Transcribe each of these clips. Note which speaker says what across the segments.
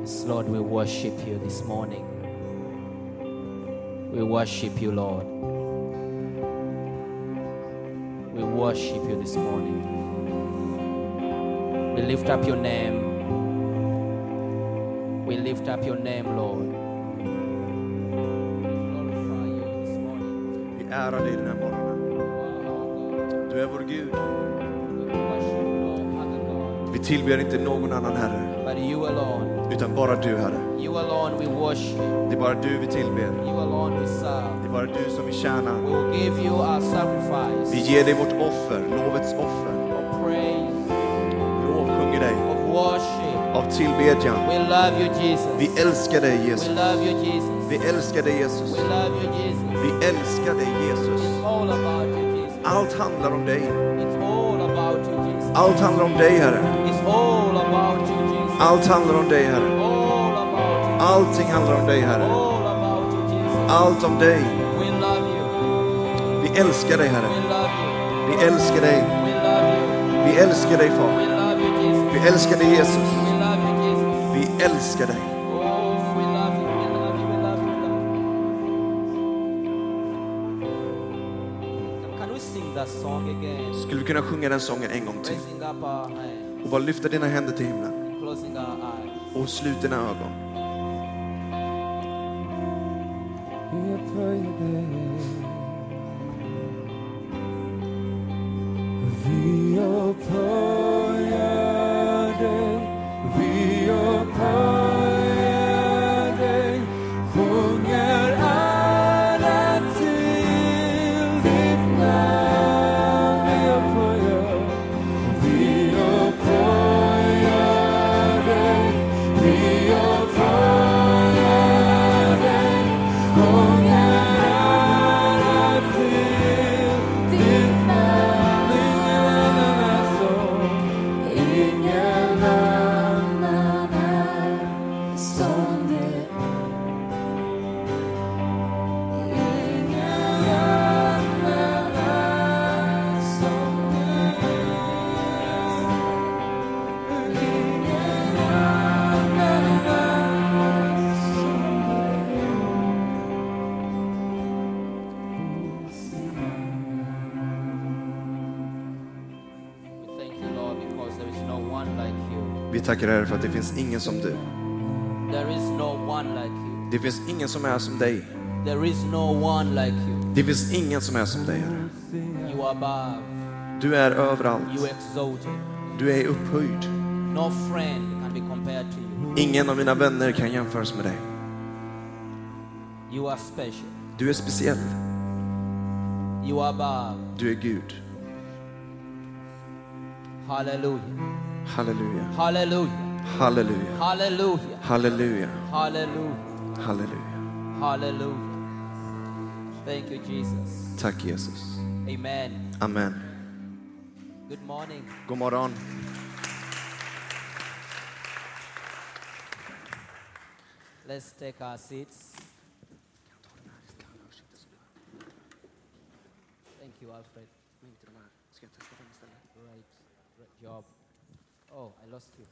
Speaker 1: Yes, Lord, we worship you this morning. We worship you, Lord. We worship you this morning. We lift up your name. We lift up your name, Lord. We glorify you this morning.
Speaker 2: Vi ärar dig den här morgonen.
Speaker 1: You are our God.
Speaker 2: Du är vår Gud.
Speaker 1: We worship no other God
Speaker 2: Vi tillber inte någon annan Herre,
Speaker 1: but you alone.
Speaker 2: utan bara du Herre.
Speaker 1: You alone we worship.
Speaker 2: Det är bara du vi tillber.
Speaker 1: You alone we serve.
Speaker 2: Det är bara du som vi
Speaker 1: We
Speaker 2: tjänar.
Speaker 1: will give you our sacrifice.
Speaker 2: Vi ger dig vårt offer, lovets offer.
Speaker 1: of praise,
Speaker 2: Vi lovsjunger dig
Speaker 1: of worship.
Speaker 2: av tillbedjan.
Speaker 1: We love you, Jesus.
Speaker 2: Vi älskar dig
Speaker 1: we
Speaker 2: Jesus.
Speaker 1: love you, Jesus.
Speaker 2: Vi älskar dig Jesus.
Speaker 1: we love you, Jesus.
Speaker 2: Vi älskar dig Jesus.
Speaker 1: It's all about you, Jesus.
Speaker 2: Allt handlar om dig.
Speaker 1: It's all about you, Jesus.
Speaker 2: Allt handlar om dig Herre.
Speaker 1: It's all about you, Jesus.
Speaker 2: Allt handlar om dig Herre.
Speaker 1: all about you.
Speaker 2: Allting handlar om dig Herre.
Speaker 1: all about you, Jesus.
Speaker 2: Allt om dig.
Speaker 1: we love you.
Speaker 2: Vi älskar
Speaker 1: We
Speaker 2: dig Herre.
Speaker 1: love you.
Speaker 2: Vi älskar dig.
Speaker 1: We love you.
Speaker 2: Vi älskar dig Far.
Speaker 1: We love you, Jesus.
Speaker 2: Vi älskar dig Jesus.
Speaker 1: We love you, Jesus.
Speaker 2: Vi älskar dig.
Speaker 1: Oh, we love you. We love you. We love you. We love you. Can we sing that song again?
Speaker 2: Skulle vi kunna sjunga den sången en gång till?
Speaker 1: Raising up our hands,
Speaker 2: Och bara lyfta dina händer till himlen
Speaker 1: closing our eyes.
Speaker 2: och slut dina ögon.
Speaker 3: Here pröjde Vi upphöjade, vi upphöjade Sjunger ära till ditt namn Vi upphöjer, vi upphöjade, vi upphöjade
Speaker 1: We thank you, Lord, because there is no one like you.
Speaker 2: Vi tackar dig Herre för att det finns ingen som du.
Speaker 1: There is no one like you.
Speaker 2: Det finns ingen som är som dig.
Speaker 1: There is no one like you.
Speaker 2: Det finns ingen som är som dig Herre.
Speaker 1: You are above.
Speaker 2: Du är
Speaker 1: You
Speaker 2: överallt.
Speaker 1: exalted.
Speaker 2: Du är upphöjd.
Speaker 1: No friend can be compared to you.
Speaker 2: Ingen av mina vänner kan jämföras med dig.
Speaker 1: You are special.
Speaker 2: Du är speciell.
Speaker 1: You are above.
Speaker 2: Du är Gud.
Speaker 1: Hallelujah.
Speaker 2: Halleluja.
Speaker 1: Hallelujah.
Speaker 2: Halleluja.
Speaker 1: Hallelujah.
Speaker 2: Halleluja.
Speaker 1: Hallelujah.
Speaker 2: Halleluja.
Speaker 1: Hallelujah. Thank you, Jesus.
Speaker 2: Tack Jesus.
Speaker 1: Amen.
Speaker 2: Amen.
Speaker 1: Good morning.
Speaker 2: God morgon.
Speaker 1: Let's take our seats. Thank you, Alfred. Right, right job. Oh, I lost you.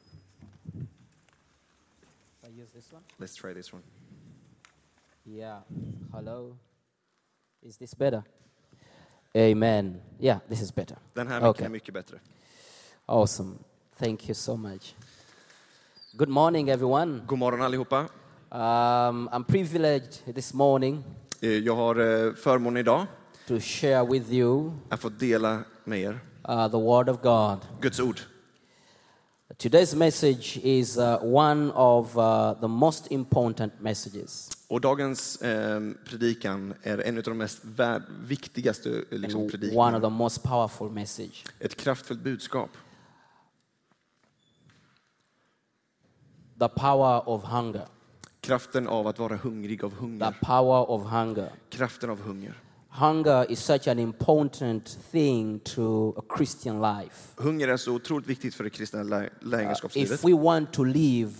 Speaker 1: If I use this one?
Speaker 2: Let's try this one.
Speaker 1: Yeah. Hello. Is this better? Amen. Yeah, this is better.
Speaker 2: Den här
Speaker 1: Okay.
Speaker 2: mycket är mycket bättre.
Speaker 1: Awesome. Thank you so much. Good morning, everyone.
Speaker 2: God morgon allihopa.
Speaker 1: Um, I'm privileged this morning
Speaker 2: Eh, Jag har eh, förmånen idag
Speaker 1: to share with you
Speaker 2: att få dela med er
Speaker 1: uh, the Word of God.
Speaker 2: Guds ord.
Speaker 1: Today's message is uh, one of uh, the most important messages
Speaker 2: Och dagens eh, predikan är en av de mest värd, viktigaste eh, liksom,
Speaker 1: and one of
Speaker 2: predikan.
Speaker 1: the most powerful message.
Speaker 2: Ett kraftfullt budskap.
Speaker 1: The power of hunger.
Speaker 2: Kraften av att vara hungrig av
Speaker 1: The
Speaker 2: hunger.
Speaker 1: power of hunger.
Speaker 2: Kraften av hunger.
Speaker 1: Hunger is such an important thing to a Christian life.
Speaker 2: Hunger är så otroligt viktigt för det kristna lä- lärjungaskapslivet.
Speaker 1: If we want to live,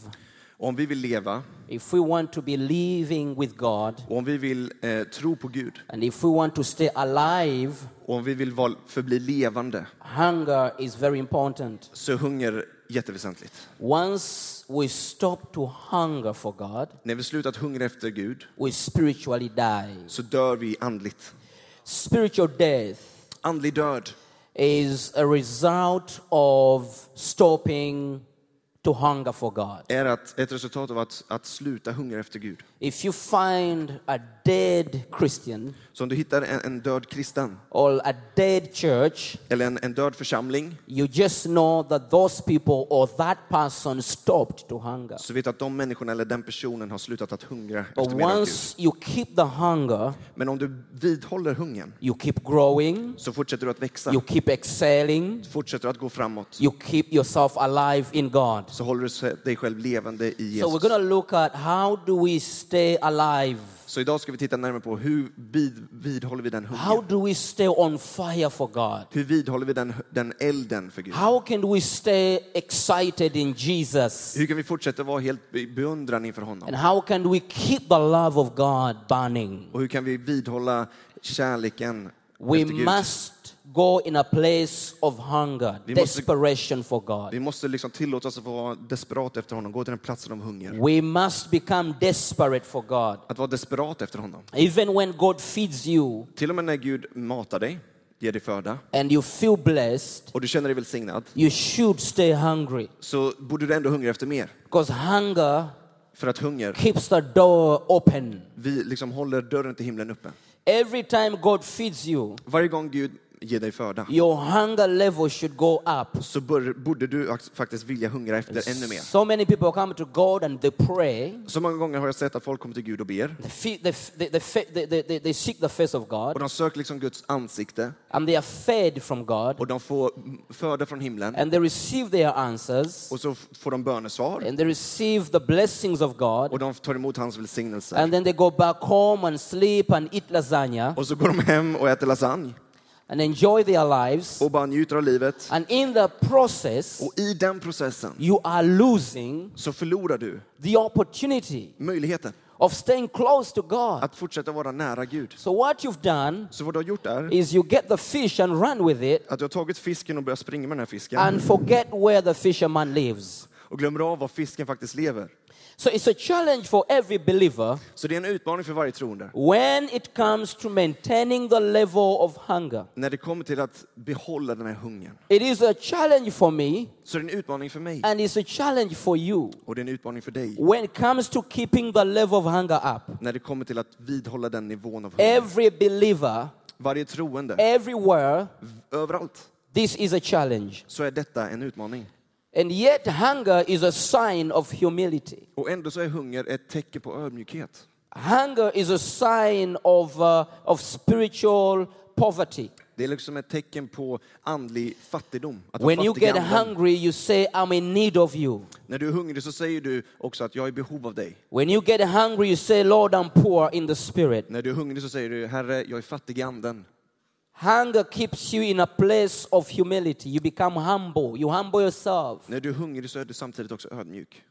Speaker 2: Och Om vi vill leva,
Speaker 1: if we want to be living with God,
Speaker 2: och om vi vill eh, tro på Gud,
Speaker 1: and if we want to stay alive,
Speaker 2: och om vi vill val- förbli levande,
Speaker 1: hunger is very important.
Speaker 2: så är hunger jätteväsentligt.
Speaker 1: Once we stop to hunger for God,
Speaker 2: När vi slutat hungra efter Gud
Speaker 1: we spiritually die.
Speaker 2: så dör vi andligt.
Speaker 1: Spiritual death
Speaker 2: Andlig död
Speaker 1: is a result of stopping to hunger for God.
Speaker 2: är att, ett resultat av att, att sluta hungra efter Gud.
Speaker 1: If you find a dead Christian
Speaker 2: Så om du hittar en, en död kristen
Speaker 1: or a dead church,
Speaker 2: eller en, en död församling
Speaker 1: you just know that those people or that person stopped to hunger.
Speaker 2: så vet du att de människorna eller den personen har slutat att hungra
Speaker 1: But
Speaker 2: efter mer av Gud.
Speaker 1: once you keep the hunger,
Speaker 2: Men om du vidhåller hungern
Speaker 1: you keep growing,
Speaker 2: så fortsätter du att växa,
Speaker 1: you keep excelling,
Speaker 2: fortsätter du att gå framåt,
Speaker 1: you keep yourself alive in God.
Speaker 2: så håller du se- dig själv levande i
Speaker 1: So we're
Speaker 2: Jesus.
Speaker 1: going to look at how do we stay alive?
Speaker 2: Så idag ska vi titta närmare på hur vid, vidhåller vi den
Speaker 1: How
Speaker 2: hungern?
Speaker 1: do we stay on fire for God?
Speaker 2: Hur vidhåller vi den, den elden för Gud?
Speaker 1: How can we stay excited in Jesus?
Speaker 2: Hur kan vi fortsätta vara helt i beundran inför
Speaker 1: And
Speaker 2: honom?
Speaker 1: how can we keep the love of God burning?
Speaker 2: Och hur kan vi vidhålla kärleken
Speaker 1: We
Speaker 2: efter Gud?
Speaker 1: must go in a place of hunger,
Speaker 2: Vi måste-
Speaker 1: desperation for God.
Speaker 2: Vi måste liksom tillåta oss att vara desperat efter honom, gå till den platsen av hunger.
Speaker 1: We must become desperate for God.
Speaker 2: Att vara desperat efter honom.
Speaker 1: Even when God feeds you
Speaker 2: Till och med när Gud matar dig, ger dig föda,
Speaker 1: and you feel blessed,
Speaker 2: och du känner dig välsignad,
Speaker 1: you should stay hungry
Speaker 2: så borde du ändå hungra efter mer.
Speaker 1: because hunger
Speaker 2: För att hunger,
Speaker 1: keeps the door open.
Speaker 2: vi liksom håller dörren till himlen uppe.
Speaker 1: Every time God feeds you,
Speaker 2: Varje gång Gud ger dig föda
Speaker 1: your hunger level should go up.
Speaker 2: så bör, borde du ax- faktiskt vilja hungra efter ännu mer.
Speaker 1: So many people come to God and they pray.
Speaker 2: Så många gånger har jag sett att folk kommer till Gud och ber,
Speaker 1: They, fe- they, f- they, they, fe- they, they, they, they seek the face of
Speaker 2: och
Speaker 1: God
Speaker 2: de söker liksom Guds ansikte,
Speaker 1: and they are fed from God
Speaker 2: och de får mm, föda från himlen,
Speaker 1: and they receive their answers
Speaker 2: och så f- får de bönesvar,
Speaker 1: and they receive the blessings of God
Speaker 2: och de tar emot hans välsignelse.
Speaker 1: and then they go back home and sleep and eat lasagna
Speaker 2: Och så går de hem och äter lasagne,
Speaker 1: and enjoy their lives.
Speaker 2: och bara njuter av livet.
Speaker 1: And in the process,
Speaker 2: Och i den processen
Speaker 1: you are losing
Speaker 2: så förlorar du
Speaker 1: the opportunity
Speaker 2: möjligheten
Speaker 1: of staying close to God.
Speaker 2: att fortsätta vara nära Gud.
Speaker 1: So what you've done
Speaker 2: Så vad du har gjort är
Speaker 1: is you get the fish and run with it
Speaker 2: att du har tagit fisken och börjat springa med den här fisken
Speaker 1: and forget where the fisherman lives.
Speaker 2: och glömmer av var fisken faktiskt lever.
Speaker 1: So it's a challenge for every believer
Speaker 2: Så det är en utmaning för varje troende.
Speaker 1: when it comes to maintaining the level of hunger.
Speaker 2: När det kommer till att behålla den här hungern.
Speaker 1: It is a challenge for me
Speaker 2: Så det är en utmaning för mig
Speaker 1: and it's a challenge for you
Speaker 2: och det är en utmaning för dig.
Speaker 1: when it comes to keeping the level of hunger up.
Speaker 2: När det kommer till att vidhålla den nivån av hunger.
Speaker 1: Every believer,
Speaker 2: Varje troende,
Speaker 1: everywhere,
Speaker 2: överallt,
Speaker 1: this is a challenge.
Speaker 2: så är detta en utmaning.
Speaker 1: And yet, hunger is a sign of humility.
Speaker 2: Och ändå så är hunger ett tecken på ödmjukhet.
Speaker 1: Hunger is a sign of, uh, of spiritual poverty.
Speaker 2: Det är liksom ett tecken på andlig fattigdom. Att vara
Speaker 1: When you
Speaker 2: fattig i
Speaker 1: get
Speaker 2: anden.
Speaker 1: hungry, you say, I'm in need of you.
Speaker 2: När du är hungrig så säger du också att jag är i behov av dig.
Speaker 1: When you get hungry, you say, Lord, I'm poor in the spirit.
Speaker 2: När du är hungrig så säger du Herre, jag är fattig i anden.
Speaker 1: Hunger keeps you in a place of humility. You become humble. You humble yourself.
Speaker 2: När du är hungrig så är du samtidigt också ödmjuk.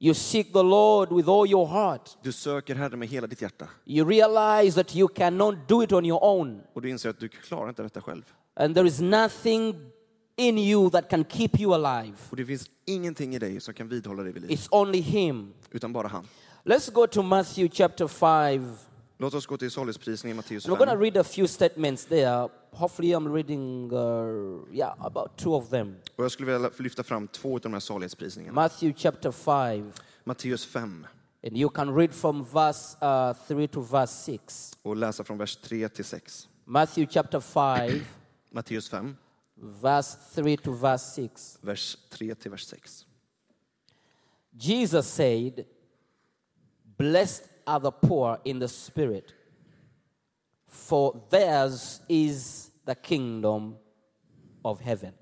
Speaker 1: You seek the Lord with all your heart.
Speaker 2: Du söker Herren med hela ditt hjärta
Speaker 1: You realize that you cannot do it on your own.
Speaker 2: och du inser att du klarar inte detta själv.
Speaker 1: And there is nothing in you that can keep you alive.
Speaker 2: Och det finns ingenting i dig som kan vidhålla dig vid liv,
Speaker 1: It's only Him.
Speaker 2: utan bara han.
Speaker 1: Let's go to Matthew chapter 5.
Speaker 2: Låt oss gå till saligprisningen i Matteus
Speaker 1: We're going to
Speaker 2: 5.
Speaker 1: read a few statements there. Hopefully, I'm reading, uh, yeah, about two of them.
Speaker 2: Och jag skulle vilja lyfta fram två av de här salighetsprisningarna.
Speaker 1: Matthew chapter 5.
Speaker 2: Matteus 5
Speaker 1: And you can read from verse uh, 3 to verse 6.
Speaker 2: och läsa från vers 3 till 6.
Speaker 1: Matthew chapter 5,
Speaker 2: Matteus 5,
Speaker 1: verse 3 to verse 6.
Speaker 2: vers 3 till vers 6.
Speaker 1: Jesus said, Blessed are the poor in the spirit, for theirs is the kingdom of heaven.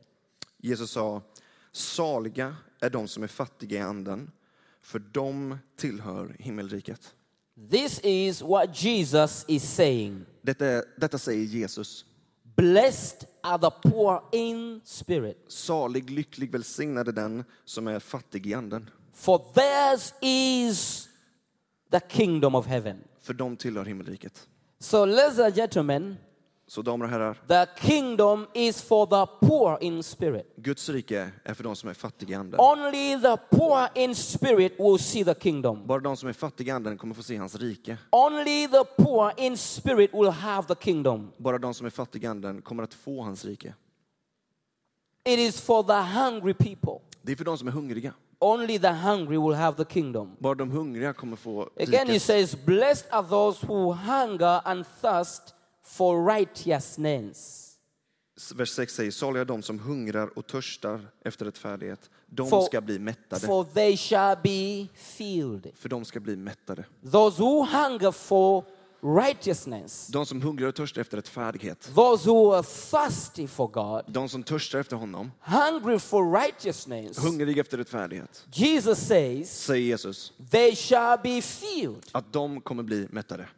Speaker 2: Jesus sa, saliga är de som är fattiga i anden, för de tillhör himmelriket.
Speaker 1: This is what Jesus is saying.
Speaker 2: Detta, är- detta säger Jesus.
Speaker 1: Blessed are the poor in spirit,
Speaker 2: Salig, lycklig, välsignad är den som är fattig i anden,
Speaker 1: for theirs is the kingdom of heaven.
Speaker 2: för de tillhör himmelriket.
Speaker 1: So, ladies and gentlemen,
Speaker 2: Så damer och herrar,
Speaker 1: The kingdom is for the poor in spirit.
Speaker 2: Guds rike är för de som är fattiga i anden.
Speaker 1: Only the poor in spirit will see the kingdom.
Speaker 2: Bara de som är fattiga i anden kommer få se hans rike.
Speaker 1: Only the poor in spirit will have the kingdom.
Speaker 2: Bara de som är fattiga i anden kommer att få hans rike.
Speaker 1: It is for the hungry people.
Speaker 2: Det är för de som är hungriga.
Speaker 1: Only the hungry will have the kingdom.
Speaker 2: Bara de hungriga kommer få
Speaker 1: Again, he
Speaker 2: rikets-
Speaker 1: says, Blessed are those who hunger and thirst for righteousness,
Speaker 2: Vers 6 säger, saliga de som hungrar och törstar efter rättfärdighet. De
Speaker 1: For-
Speaker 2: ska bli mättade.
Speaker 1: for they shall be filled.
Speaker 2: För de ska bli mättade.
Speaker 1: Those who hunger for righteousness,
Speaker 2: De som hungrar och törstar efter rättfärdighet.
Speaker 1: those who are thirsty for God,
Speaker 2: De som törstar efter honom.
Speaker 1: hungry for righteousness,
Speaker 2: Hungriga efter rättfärdighet.
Speaker 1: Jesus says,
Speaker 2: Säger Jesus
Speaker 1: They shall be filled,
Speaker 2: att de kommer bli mättade.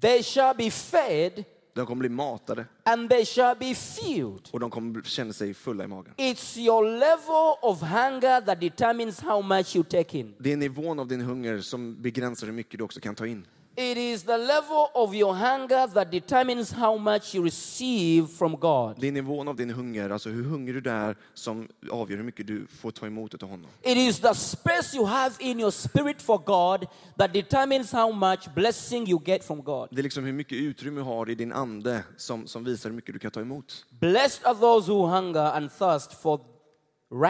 Speaker 1: they shall be fed,
Speaker 2: De kommer bli matade
Speaker 1: and they shall be filled.
Speaker 2: och de kommer känna sig fulla i magen.
Speaker 1: It's your level of hunger that determines how much you take in.
Speaker 2: Det är nivån av din hunger som begränsar hur mycket du också kan ta in.
Speaker 1: It is the level of your hunger that determines how much you receive from God.
Speaker 2: Det är nivån av din hunger, alltså hur hungrig du är, som avgör hur mycket du får ta emot utav honom.
Speaker 1: It is the space you have in your spirit for God that determines how much blessing you get from God.
Speaker 2: Det är liksom hur mycket utrymme du har i din ande som, som visar hur mycket du kan ta emot.
Speaker 1: Blessed are those who hunger and thirst for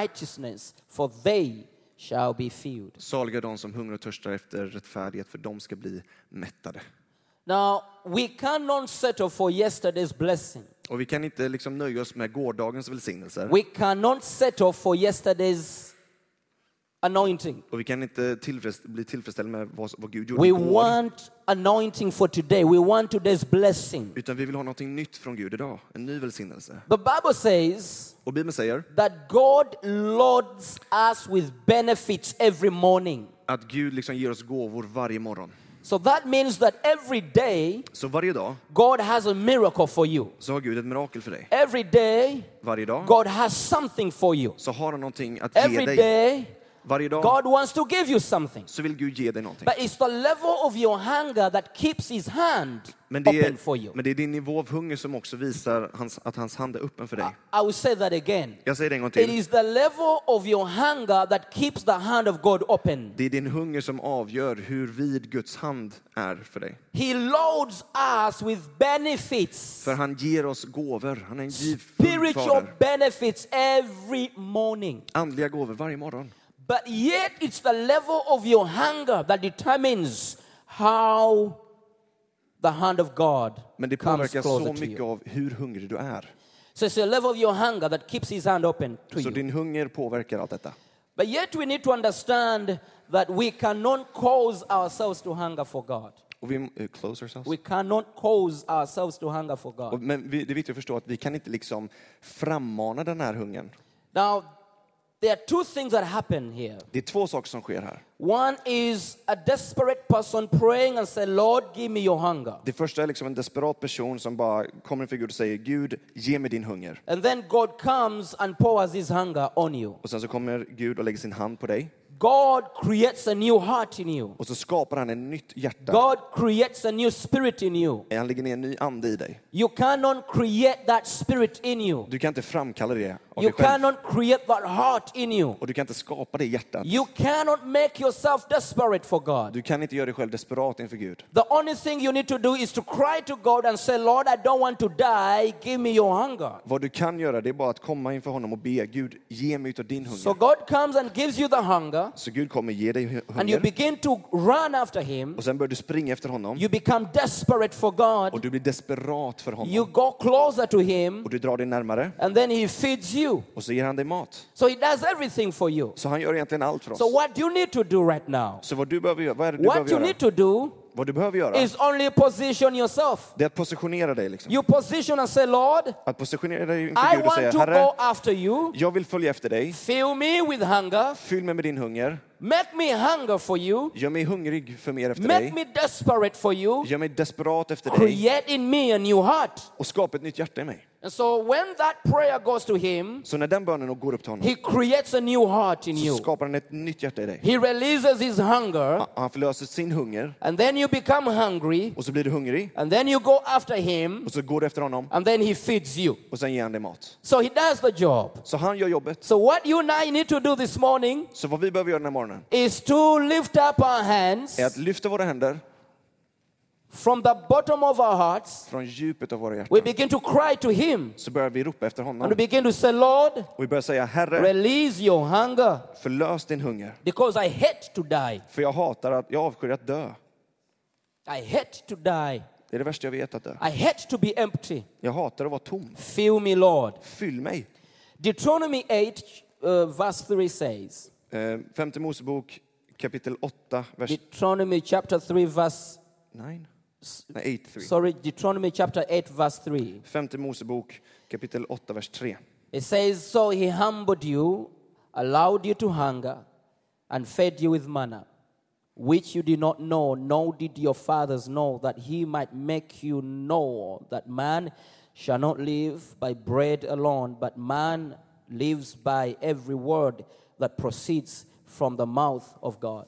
Speaker 1: righteousness, for they shall be filled.
Speaker 2: Saliga de som hungrar och törstar efter rättfärdighet, för de ska bli mättade.
Speaker 1: Now, we cannot settle for yesterday's blessing.
Speaker 2: Och vi kan inte liksom nöja oss med gårdagens välsignelser.
Speaker 1: We cannot settle for yesterday's anointing.
Speaker 2: Och vi kan inte tillfreds- bli tillfredsställda med vad, vad Gud gjorde
Speaker 1: We
Speaker 2: igår.
Speaker 1: want anointing for today. We want today's blessing.
Speaker 2: Utan vi vill ha någonting nytt från Gud idag, en ny välsignelse.
Speaker 1: The Bible says
Speaker 2: Och Bibeln säger
Speaker 1: that God loads us with benefits every morning.
Speaker 2: att Gud liksom ger oss gåvor varje morgon.
Speaker 1: So that means that every day,
Speaker 2: Så varje dag
Speaker 1: God has a miracle for you.
Speaker 2: så har Gud ett mirakel för dig.
Speaker 1: Every day,
Speaker 2: Varje dag
Speaker 1: God has something for you.
Speaker 2: så har han någonting att ge
Speaker 1: Every
Speaker 2: dig.
Speaker 1: day,
Speaker 2: Varje dag
Speaker 1: God wants to give you something.
Speaker 2: så vill Gud ge dig någonting.
Speaker 1: But it's the level of your hunger that keeps His hand
Speaker 2: Men det,
Speaker 1: open for you.
Speaker 2: är, men det är din nivå av hunger som också visar hans, att hans hand är öppen för dig.
Speaker 1: I will say that again.
Speaker 2: Jag säger det en gång
Speaker 1: Ah. It
Speaker 2: till.
Speaker 1: is the level of your hunger that keeps the hand of God open.
Speaker 2: Det är din hunger som avgör hur vid Guds hand är för dig.
Speaker 1: He loads us with benefits,
Speaker 2: För han ger oss gåvor. Han är en givfull
Speaker 1: spiritual
Speaker 2: fader.
Speaker 1: benefits every morning.
Speaker 2: Andliga gåvor varje morgon.
Speaker 1: But yet, it's the level of your hunger that determines how the hand of God
Speaker 2: Men det
Speaker 1: comes
Speaker 2: påverkar
Speaker 1: closer
Speaker 2: så
Speaker 1: to
Speaker 2: mycket
Speaker 1: you.
Speaker 2: av hur hungrig du är.
Speaker 1: So it's the level of your hunger that keeps His hand open to
Speaker 2: Så
Speaker 1: you.
Speaker 2: din hunger påverkar allt detta.
Speaker 1: But yet, we need to understand that we cannot cause ourselves to hunger for God.
Speaker 2: Och vi, eh, close ourselves.
Speaker 1: We cannot cause ourselves to hunger for God.
Speaker 2: Och- Men vi, det är viktigt att förstå att vi kan inte liksom frammana den här hungern.
Speaker 1: Now, there are two things that happen here.
Speaker 2: Det är två saker som sker här.
Speaker 1: One is a desperate person praying and say, Lord, give me your hunger.
Speaker 2: Det första är liksom en desperat person som bara kommer inför Gud och säger Gud, ge mig din hunger.
Speaker 1: And then God comes and pours his hunger on you.
Speaker 2: Och sen så kommer Gud och lägger sin hand på dig
Speaker 1: God creates a new heart in you.
Speaker 2: och så skapar han ett nytt hjärta.
Speaker 1: God creates a new spirit in you.
Speaker 2: Han lägger ner en ny ande i dig.
Speaker 1: You cannot create that spirit in you.
Speaker 2: Du kan inte framkalla det av
Speaker 1: You
Speaker 2: dig själv.
Speaker 1: cannot create that heart in you.
Speaker 2: Och du kan inte skapa det hjärtat.
Speaker 1: You cannot make yourself desperate for God.
Speaker 2: Du kan inte göra dig själv desperat inför Gud.
Speaker 1: The only thing you need to do is to cry to God and say, Lord, I don't want to die. Give me your hunger.
Speaker 2: Vad du kan göra det är bara att komma inför honom och be Gud, ge mig utav din
Speaker 1: So
Speaker 2: hunger.
Speaker 1: God comes and gives you the hunger,
Speaker 2: Så Gud kommer ge dig hu-
Speaker 1: and you
Speaker 2: hunger
Speaker 1: begin to run after Him.
Speaker 2: och sen börjar du springa efter honom
Speaker 1: You become desperate for God.
Speaker 2: och du blir desperat för honom.
Speaker 1: You go closer to Him,
Speaker 2: Och du drar dig närmare
Speaker 1: and then He feeds you.
Speaker 2: och så ger han dig mat.
Speaker 1: So He does everything for you.
Speaker 2: Så han gör egentligen allt för oss.
Speaker 1: So, what you need to do right now,
Speaker 2: Så vad du behöver göra, vad är det du
Speaker 1: what you
Speaker 2: behöver göra?
Speaker 1: need to do
Speaker 2: Vad du behöver göra,
Speaker 1: is only position yourself.
Speaker 2: det är att positionera dig. Liksom.
Speaker 1: You position and say, Lord,
Speaker 2: Att positionera dig inför
Speaker 1: I
Speaker 2: Gud och
Speaker 1: want
Speaker 2: säga,
Speaker 1: to go
Speaker 2: Herre,
Speaker 1: after you.
Speaker 2: jag vill följa efter dig.
Speaker 1: Fill me with hunger.
Speaker 2: Fyll mig med din hunger.
Speaker 1: Make me hunger for you.
Speaker 2: Gör mig hungrig för mer efter
Speaker 1: Make
Speaker 2: dig.
Speaker 1: me desperate for you.
Speaker 2: Gör mig desperat efter dig
Speaker 1: Create in me a new heart.
Speaker 2: och skapa ett nytt hjärta i mig.
Speaker 1: And so when that prayer goes to him,
Speaker 2: Så när den bönen går upp till honom
Speaker 1: he creates a new heart in
Speaker 2: så
Speaker 1: you.
Speaker 2: skapar han ett nytt hjärta i dig.
Speaker 1: He releases his hunger,
Speaker 2: Han förlöser sin hunger
Speaker 1: and then you become hungry,
Speaker 2: och så blir du hungrig
Speaker 1: and then you go after him,
Speaker 2: och så går du efter honom
Speaker 1: and then he feeds you.
Speaker 2: och sen ger han dig mat.
Speaker 1: So he does the job.
Speaker 2: Så han gör jobbet.
Speaker 1: So what you and I need to do this morning
Speaker 2: Så vad vi behöver göra den här morgonen
Speaker 1: is to lift up our hands
Speaker 2: är att lyfta våra händer
Speaker 1: from the bottom of our hearts.
Speaker 2: från djupet av våra
Speaker 1: We
Speaker 2: hjärtan.
Speaker 1: begin to cry to him,
Speaker 2: Så börjar vi ropa efter
Speaker 1: and we
Speaker 2: honom
Speaker 1: begin to say, Lord,
Speaker 2: och vi börjar säga Herre,
Speaker 1: release your hunger,
Speaker 2: förlös din hunger.
Speaker 1: because I hate to die.
Speaker 2: För jag hatar att, jag avskyr att dö.
Speaker 1: I hate to die.
Speaker 2: Det är det värsta jag vet att dö.
Speaker 1: I hate to be empty.
Speaker 2: Jag hatar att vara tom.
Speaker 1: Fill me, Lord.
Speaker 2: Fyll mig.
Speaker 1: Deuteronomy 8, uh, verse 3 says,
Speaker 2: Eh, Femte Mosebok kapitel 8, vers
Speaker 1: Deuteronomy chapter 3, verse,
Speaker 2: 9? Nej, 8, 3.
Speaker 1: sorry, Deuteronomy chapter 8, verse 3.
Speaker 2: Femte Mosebok kapitel 8, vers 3.
Speaker 1: It says, So he humbled you, allowed you to hunger, and fed you with manna, which you did not know, nor did your fathers know, that he might make you know that man shall not live by bread alone, but man lives by every word that proceeds from the mouth of God.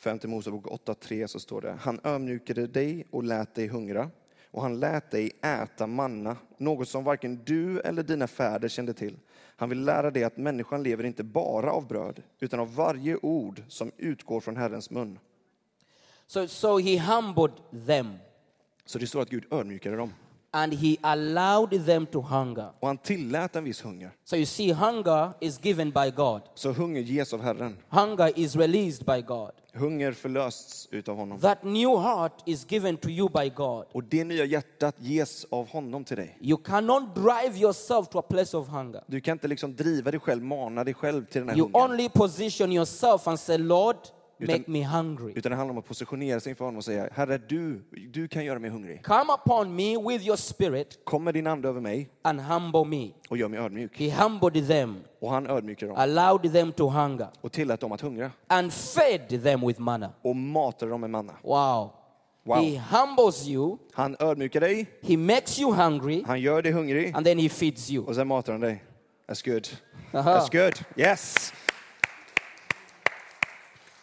Speaker 2: Femte Mosebok 8, 3 så står det. Han ödmjukade dig och lät dig hungra och han lät dig äta manna, något som varken du eller dina fäder kände till. Han vill lära dig att människan lever inte bara av bröd, utan av varje ord som utgår från Herrens mun.
Speaker 1: So, so he humbled them
Speaker 2: Så det står att Gud ödmjukade dem.
Speaker 1: and he allowed them to hunger.
Speaker 2: Och han tillät en viss hunger.
Speaker 1: So you see, hunger is given by God,
Speaker 2: Så hunger ges av Herren.
Speaker 1: hunger is released by God.
Speaker 2: Hunger förlösts utav honom.
Speaker 1: That new heart is given to you by God.
Speaker 2: Och det nya hjärtat ges av honom till dig.
Speaker 1: You cannot drive yourself to a place of hunger.
Speaker 2: Du kan inte liksom driva dig själv, mana dig själv till den här
Speaker 1: You
Speaker 2: hungern.
Speaker 1: only position yourself and say, Lord, make
Speaker 2: Utan-
Speaker 1: me hungry.
Speaker 2: Utan det handlar om att positionera sig inför honom och säga, Herre, du, du kan göra mig hungrig.
Speaker 1: Come upon me with your spirit
Speaker 2: Kom med din ande över mig
Speaker 1: and humble me.
Speaker 2: och gör mig ödmjuk.
Speaker 1: He humbled them,
Speaker 2: Och han ödmjukar dem
Speaker 1: allowed them to hunger,
Speaker 2: och tillät dem att hungra
Speaker 1: and fed them with manna.
Speaker 2: och matade dem med manna.
Speaker 1: Wow.
Speaker 2: Wow.
Speaker 1: He humbles you,
Speaker 2: Han ödmjukar dig,
Speaker 1: he makes you hungry,
Speaker 2: han gör dig hungrig
Speaker 1: and then he feeds you.
Speaker 2: och sen matar han dig. That's good.
Speaker 1: Aha.
Speaker 2: That's good. Yes!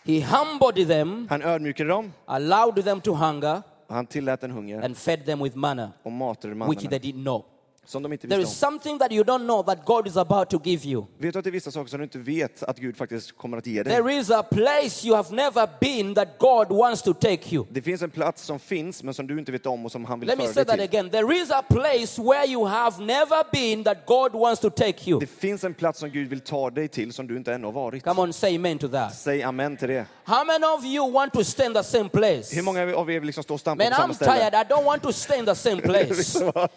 Speaker 1: He humbled them,
Speaker 2: Han ödmjukade dem,
Speaker 1: allowed them to hunger,
Speaker 2: och han tillät en hunger
Speaker 1: and fed them with manna,
Speaker 2: och matade
Speaker 1: which they
Speaker 2: mannen
Speaker 1: didn't know.
Speaker 2: som de inte
Speaker 1: There
Speaker 2: visste
Speaker 1: is
Speaker 2: om.
Speaker 1: something that you don't know that God is about to give you.
Speaker 2: Vet du att det är vissa saker som du inte vet att Gud faktiskt kommer att ge dig?
Speaker 1: There is a place you have never been that God wants to take you.
Speaker 2: Det finns en plats som finns, men som du inte vet om och som han vill
Speaker 1: Let me say
Speaker 2: föra
Speaker 1: that
Speaker 2: dig till.
Speaker 1: again. There is a place where you have never been that God wants to take you.
Speaker 2: Det finns en plats som Gud vill ta dig till som du inte ännu har varit.
Speaker 1: Come on, say amen to that.
Speaker 2: Säg amen till det.
Speaker 1: How many of you want to stay in the same place?
Speaker 2: Hur många av er vill liksom stå och stampa
Speaker 1: Man,
Speaker 2: på
Speaker 1: I'm
Speaker 2: samma ställe?
Speaker 1: tired. I don't want to stay in the same place.
Speaker 2: Liksom,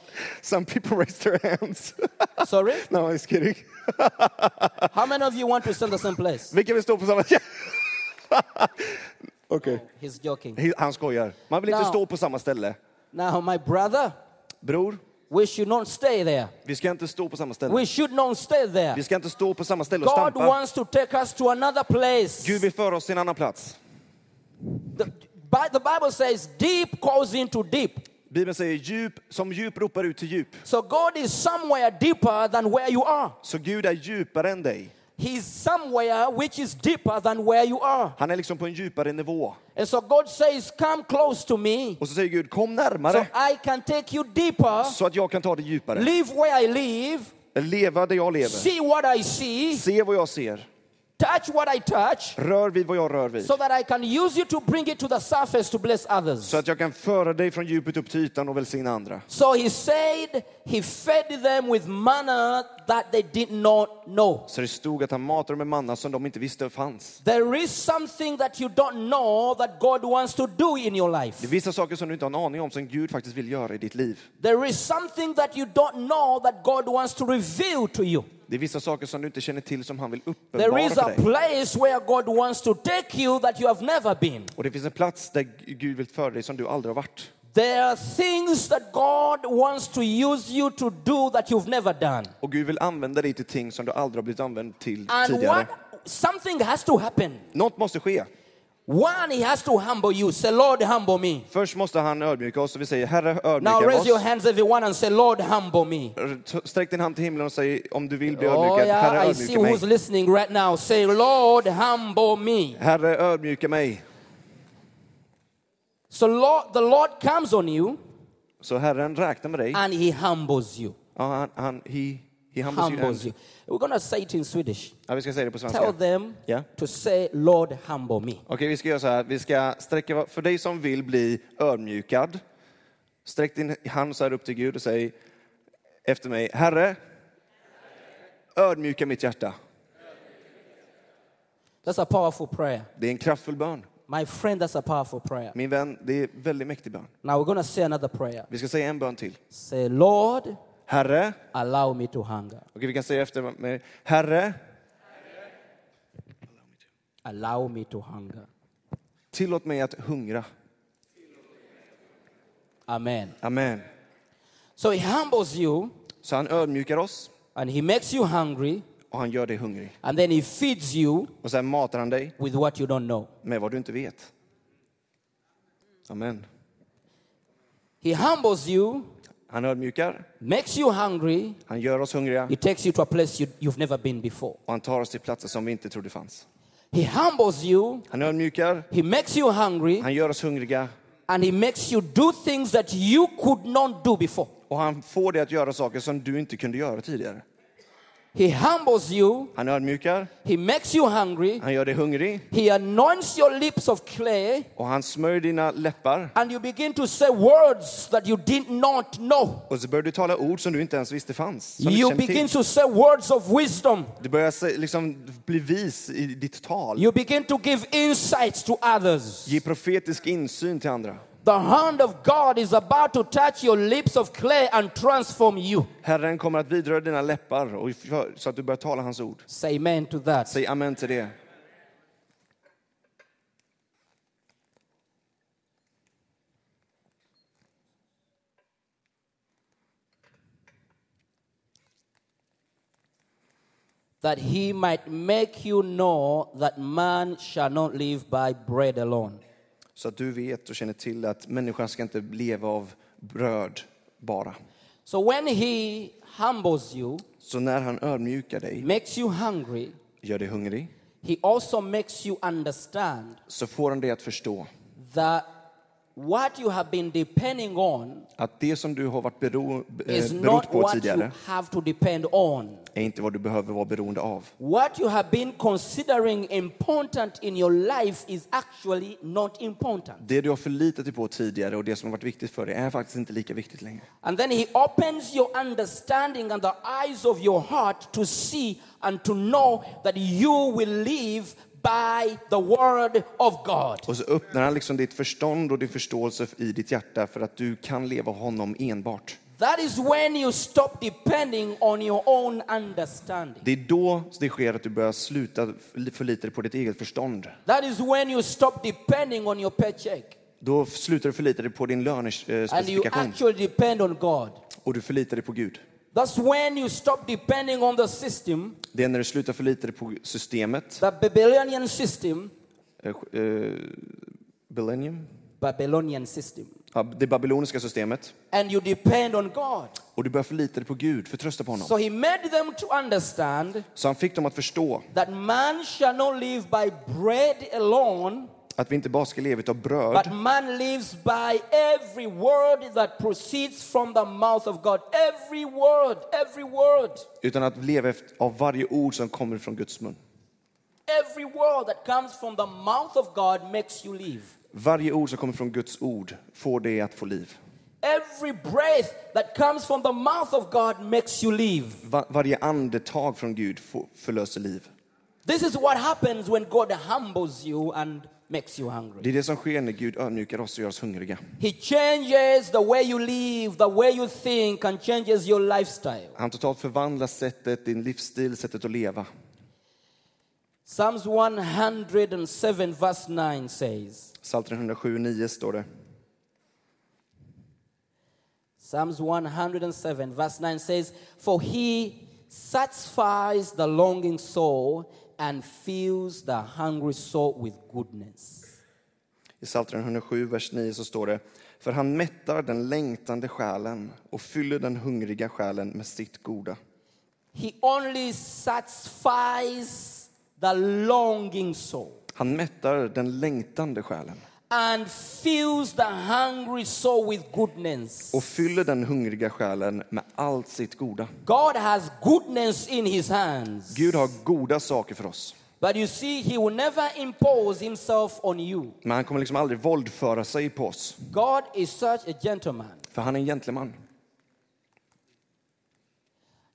Speaker 2: Some people raised their hands.
Speaker 1: Sorry?
Speaker 2: no, I'm just kidding.
Speaker 1: How many of you want to stay in the same place?
Speaker 2: Vilka vill stå på samma ställe? Okej.
Speaker 1: He's joking.
Speaker 2: He- Han skojar. Man vill inte
Speaker 1: No.
Speaker 2: stå på samma ställe.
Speaker 1: Now, my brother,
Speaker 2: Bror,
Speaker 1: we should not stay there.
Speaker 2: vi ska inte stå på samma ställe.
Speaker 1: We should not stay there.
Speaker 2: Vi ska inte stå på samma ställe och
Speaker 1: God
Speaker 2: stampa.
Speaker 1: wants to take us to another place.
Speaker 2: Gud vill föra oss till en annan plats.
Speaker 1: The, Bi- the Bible says deep calls into deep.
Speaker 2: Bibeln säger djup, som djup ropar ut till djup.
Speaker 1: So God is somewhere deeper than where you are.
Speaker 2: Så Gud är djupare än dig.
Speaker 1: He's somewhere which is deeper than where you are.
Speaker 2: Han är liksom på en djupare nivå.
Speaker 1: And so God says, Come close to me
Speaker 2: Och så säger Gud, kom
Speaker 1: so
Speaker 2: närmare
Speaker 1: I can take you deeper,
Speaker 2: så att jag kan ta dig djupare.
Speaker 1: live where I live,
Speaker 2: Leva där jag lever.
Speaker 1: see what I see,
Speaker 2: Se vad jag ser.
Speaker 1: touch what I touch,
Speaker 2: Rör vid vad jag rör vid.
Speaker 1: so that I can use you to bring it to the surface to bless others.
Speaker 2: Så att jag kan föra dig från djupet upp till ytan och välsigna andra.
Speaker 1: So he said he fed them with manna that they did not know.
Speaker 2: Så det stod att han matade dem med manna som de inte visste fanns.
Speaker 1: There is something that you don't know that God wants to do in your
Speaker 2: Det är
Speaker 1: life.
Speaker 2: vissa saker som du inte har en aning om som Gud faktiskt vill göra i ditt liv.
Speaker 1: There is something that you don't know that God wants to reveal to you.
Speaker 2: Det är vissa saker som du inte känner till som han vill
Speaker 1: There
Speaker 2: uppenbara
Speaker 1: is a
Speaker 2: för dig.
Speaker 1: place where God wants to take you that you have never been.
Speaker 2: Och det finns en plats där Gud vill föra dig som du aldrig har varit.
Speaker 1: There are things that God wants to use you to do that you've never done.
Speaker 2: Och Gud vill använda dig till ting som du aldrig har blivit använd till
Speaker 1: And
Speaker 2: tidigare.
Speaker 1: what something has to happen.
Speaker 2: Något måste ske.
Speaker 1: One, he has to humble you. Say, Lord, humble me.
Speaker 2: Först måste han ödmjuka oss och vi säger Herre
Speaker 1: Now
Speaker 2: ödmjuka
Speaker 1: raise your
Speaker 2: oss.
Speaker 1: hands, everyone, and say, Lord, humble me.
Speaker 2: Alltså, T- Sträck din hand till himlen och säg om du vill bli
Speaker 1: Oh,
Speaker 2: ödmjukad.
Speaker 1: yeah,
Speaker 2: Herre
Speaker 1: I see
Speaker 2: ödmjuka mig.
Speaker 1: who's listening right now. Say, Lord, humble me.
Speaker 2: Herre ödmjuka mig.
Speaker 1: So, Lord, the Lord comes on you
Speaker 2: Så Herren räknar med dig.
Speaker 1: and he humbles you.
Speaker 2: Ja, han, han, he, he humbles you
Speaker 1: Humbles
Speaker 2: and-
Speaker 1: you. We're going to say it in Swedish.
Speaker 2: Ja, vi ska säga det på svenska.
Speaker 1: Tell
Speaker 2: Okej,
Speaker 1: them
Speaker 2: Yeah.
Speaker 1: to say, Lord, humble me.
Speaker 2: vi ska göra så här. Vi ska sträcka, för dig som vill bli ödmjukad, sträck din hand så här upp till Gud och säg efter mig, Herre, ödmjuka mitt hjärta.
Speaker 1: That's a powerful prayer.
Speaker 2: Det är en kraftfull bön.
Speaker 1: My friend, that's a powerful prayer.
Speaker 2: Min vän, det är en väldigt mäktig bön.
Speaker 1: Now we're going to say another prayer.
Speaker 2: Vi ska säga en bön till.
Speaker 1: Say, Lord,
Speaker 2: Herre,
Speaker 1: allow me to hunger.
Speaker 2: Okej, vi kan säga efter mig. Herre,
Speaker 1: Allow me to hunger.
Speaker 2: tillåt mig att hungra.
Speaker 1: Amen.
Speaker 2: Amen.
Speaker 1: So he humbles you
Speaker 2: Så han ödmjukar oss
Speaker 1: and he makes you hungry
Speaker 2: och han gör dig hungrig.
Speaker 1: and then he feeds you
Speaker 2: Och sen matar han dig
Speaker 1: with what you don't know.
Speaker 2: med vad du inte vet. Amen.
Speaker 1: He humbles you,
Speaker 2: Han ödmjukar,
Speaker 1: makes you hungry,
Speaker 2: han gör oss hungriga
Speaker 1: he takes you to a place you, you've never been before.
Speaker 2: och han tar oss till platser som vi inte trodde fanns.
Speaker 1: He humbles you,
Speaker 2: Han ödmjukar,
Speaker 1: he makes you hungry,
Speaker 2: han gör oss hungriga
Speaker 1: and he makes you do things that you could not do before.
Speaker 2: och han får dig att göra saker som du inte kunde göra tidigare.
Speaker 1: He humbles you,
Speaker 2: Han ödmjukar,
Speaker 1: he makes you hungry,
Speaker 2: han gör dig hungrig
Speaker 1: He anoints your lips of clay,
Speaker 2: och han smörjer dina läppar
Speaker 1: and you begin to say words that you did not know.
Speaker 2: och så börjar du tala ord som du inte ens visste fanns. Som du,
Speaker 1: You
Speaker 2: inte kände
Speaker 1: begin
Speaker 2: till.
Speaker 1: to say words of wisdom.
Speaker 2: du börjar se- liksom bli vis i ditt tal.
Speaker 1: You begin to give insights to others.
Speaker 2: Ge profetisk insyn till andra.
Speaker 1: The hand of God is about to touch your lips of clay and transform you.
Speaker 2: Herren kommer att vidröra dina läppar och gör- så att du börjar tala hans ord.
Speaker 1: Say amen to that.
Speaker 2: Säg amen till det.
Speaker 1: That he might make you know that man shall not live by bread alone,
Speaker 2: Så att du vet och känner till att människan ska inte leva av bröd bara.
Speaker 1: so when he humbles you,
Speaker 2: Så när han ödmjukar dig,
Speaker 1: makes you hungry,
Speaker 2: gör dig hungrig,
Speaker 1: he also makes you understand
Speaker 2: så får han dig att förstå
Speaker 1: that what you have been depending on
Speaker 2: att det som du har varit bero,
Speaker 1: is
Speaker 2: eh, berott
Speaker 1: not
Speaker 2: på
Speaker 1: what you
Speaker 2: tidigare
Speaker 1: have to depend on.
Speaker 2: är inte vad du behöver vara beroende av.
Speaker 1: What you have been considering important in your life is actually not important.
Speaker 2: Det du har förlitat dig på tidigare och det som har varit viktigt för dig är faktiskt inte lika viktigt längre.
Speaker 1: And then he opens your understanding and the eyes of your heart to see and to know that you will live by the word of God.
Speaker 2: Och så öppnar han liksom ditt förstånd och din förståelse i ditt hjärta för att du kan leva av honom enbart.
Speaker 1: That is when you stop depending on your own understanding.
Speaker 2: Det är då det sker att du börjar sluta förlita dig på ditt eget förstånd.
Speaker 1: That is when you stop depending on your paycheck
Speaker 2: Då slutar du förlita dig på din
Speaker 1: and you
Speaker 2: lönespecifikation
Speaker 1: actually depend on God.
Speaker 2: och du förlitar dig på Gud.
Speaker 1: That's when you stop depending on the system,
Speaker 2: Det är när du slutar förlita dig på systemet,
Speaker 1: the Babylonian system,
Speaker 2: eh, eh, Millennium?
Speaker 1: Babylonian system,
Speaker 2: Ja, det babyloniska systemet,
Speaker 1: and you depend on God.
Speaker 2: och du börjar förlita dig på Gud, förtrösta på
Speaker 1: So
Speaker 2: honom.
Speaker 1: he made them to understand
Speaker 2: Så han fick dem att förstå
Speaker 1: that man shall not live by bread alone,
Speaker 2: att vi inte bara ska leva av bröd,
Speaker 1: but man lives by every word that proceeds from the mouth of God. Every word, every word,
Speaker 2: utan att leva efter- av varje ord som kommer från Guds mun.
Speaker 1: every word that comes from the mouth of God makes you live.
Speaker 2: Varje ord som kommer från Guds ord får dig att få liv.
Speaker 1: Every breath that comes from the mouth of God makes you live.
Speaker 2: Va- varje andetag från Gud får- förlöser liv.
Speaker 1: This is what happens when God humbles you and makes you hungry.
Speaker 2: Det är det som sker när Gud ödmjukar oss och gör oss hungriga.
Speaker 1: He changes the way you live, the way you think, and changes your lifestyle.
Speaker 2: Han totalt förvandlar sättet, din livsstil, sättet att leva.
Speaker 1: Psalms 107, verse 9 says,
Speaker 2: Psaltaren 107, 9 står det.
Speaker 1: Psalms 107, verse 9 says, For he satisfies the longing soul and fills the hungry soul with goodness.
Speaker 2: I Psaltaren 107, vers 9 så står det För han mättar den längtande själen och fyller den hungriga själen med sitt goda.
Speaker 1: He only satisfies the longing soul
Speaker 2: Han mättar den längtande själen
Speaker 1: and fills the hungry soul with goodness.
Speaker 2: och fyller den hungriga själen med allt sitt goda.
Speaker 1: God has goodness in his hands.
Speaker 2: Gud har goda saker för oss,
Speaker 1: But you see, he will never impose himself on you.
Speaker 2: men han kommer liksom aldrig våldföra sig på oss,
Speaker 1: God is such a gentleman.
Speaker 2: för han är en gentleman.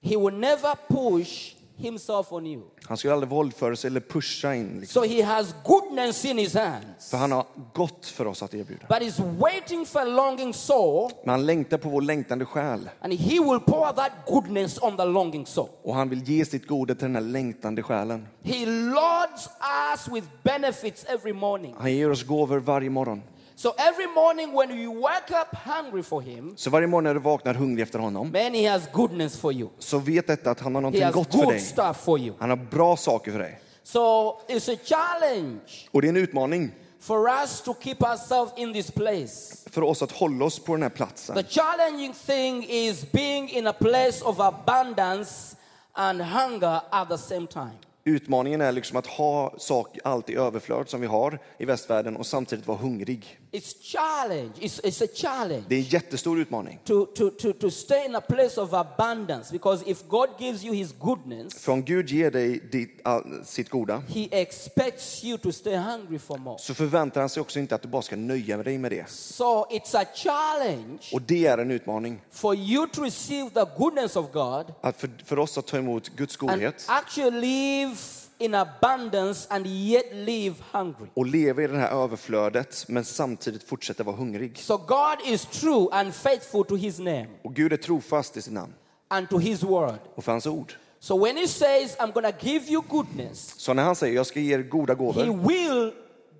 Speaker 1: He will never push himself on you.
Speaker 2: Han skulle aldrig våldföra sig eller pusha in, liksom.
Speaker 1: So he has goodness in his hands.
Speaker 2: för han har gott för oss att erbjuda.
Speaker 1: But he's waiting for a longing soul,
Speaker 2: Men han längtar på vår längtande själ
Speaker 1: and he will pour that goodness on the longing soul.
Speaker 2: och han vill ge sitt goda till den här längtande själen.
Speaker 1: He loads us with benefits every morning.
Speaker 2: Han ger oss gåvor varje morgon.
Speaker 1: So every morning when you wake up hungry for him,
Speaker 2: Så varje morgon när du vaknar hungrig efter honom,
Speaker 1: man, he has goodness for you.
Speaker 2: så vet detta att han
Speaker 1: He
Speaker 2: har någonting
Speaker 1: has
Speaker 2: gott för
Speaker 1: good
Speaker 2: dig.
Speaker 1: stuff for you.
Speaker 2: Han har bra saker för dig.
Speaker 1: So it's a challenge
Speaker 2: Och det är en utmaning
Speaker 1: for us to keep ourselves in this place.
Speaker 2: för oss att hålla oss på den här platsen.
Speaker 1: The challenging thing is being in a place of abundance and hunger at the same time.
Speaker 2: Utmaningen är liksom att ha sak, allt i överflöd som vi har i västvärlden och samtidigt vara hungrig.
Speaker 1: It's challenge. It's, it's a challenge
Speaker 2: Det är en jättestor utmaning.
Speaker 1: to, to, to, to stay in a place of abundance because if God gives you his goodness,
Speaker 2: För om Gud ger dig ditt, all, sitt goda
Speaker 1: he expects you to stay hungry for more.
Speaker 2: så förväntar han sig också inte att du bara ska nöja dig med det.
Speaker 1: So it's a challenge
Speaker 2: Och det är en utmaning.
Speaker 1: for you to receive the goodness of God
Speaker 2: Att för, för oss att ta emot Guds
Speaker 1: and
Speaker 2: godhet
Speaker 1: actually live in abundance and yet live hungry.
Speaker 2: och leva i det här överflödet men samtidigt fortsätta vara hungrig.
Speaker 1: So God is true and faithful to his name
Speaker 2: Och Gud är trofast i sitt namn
Speaker 1: and to his word.
Speaker 2: och för hans ord.
Speaker 1: So when he says, I'm going to give you goodness,
Speaker 2: Så när han säger jag ska ge er goda
Speaker 1: he
Speaker 2: gåvor
Speaker 1: will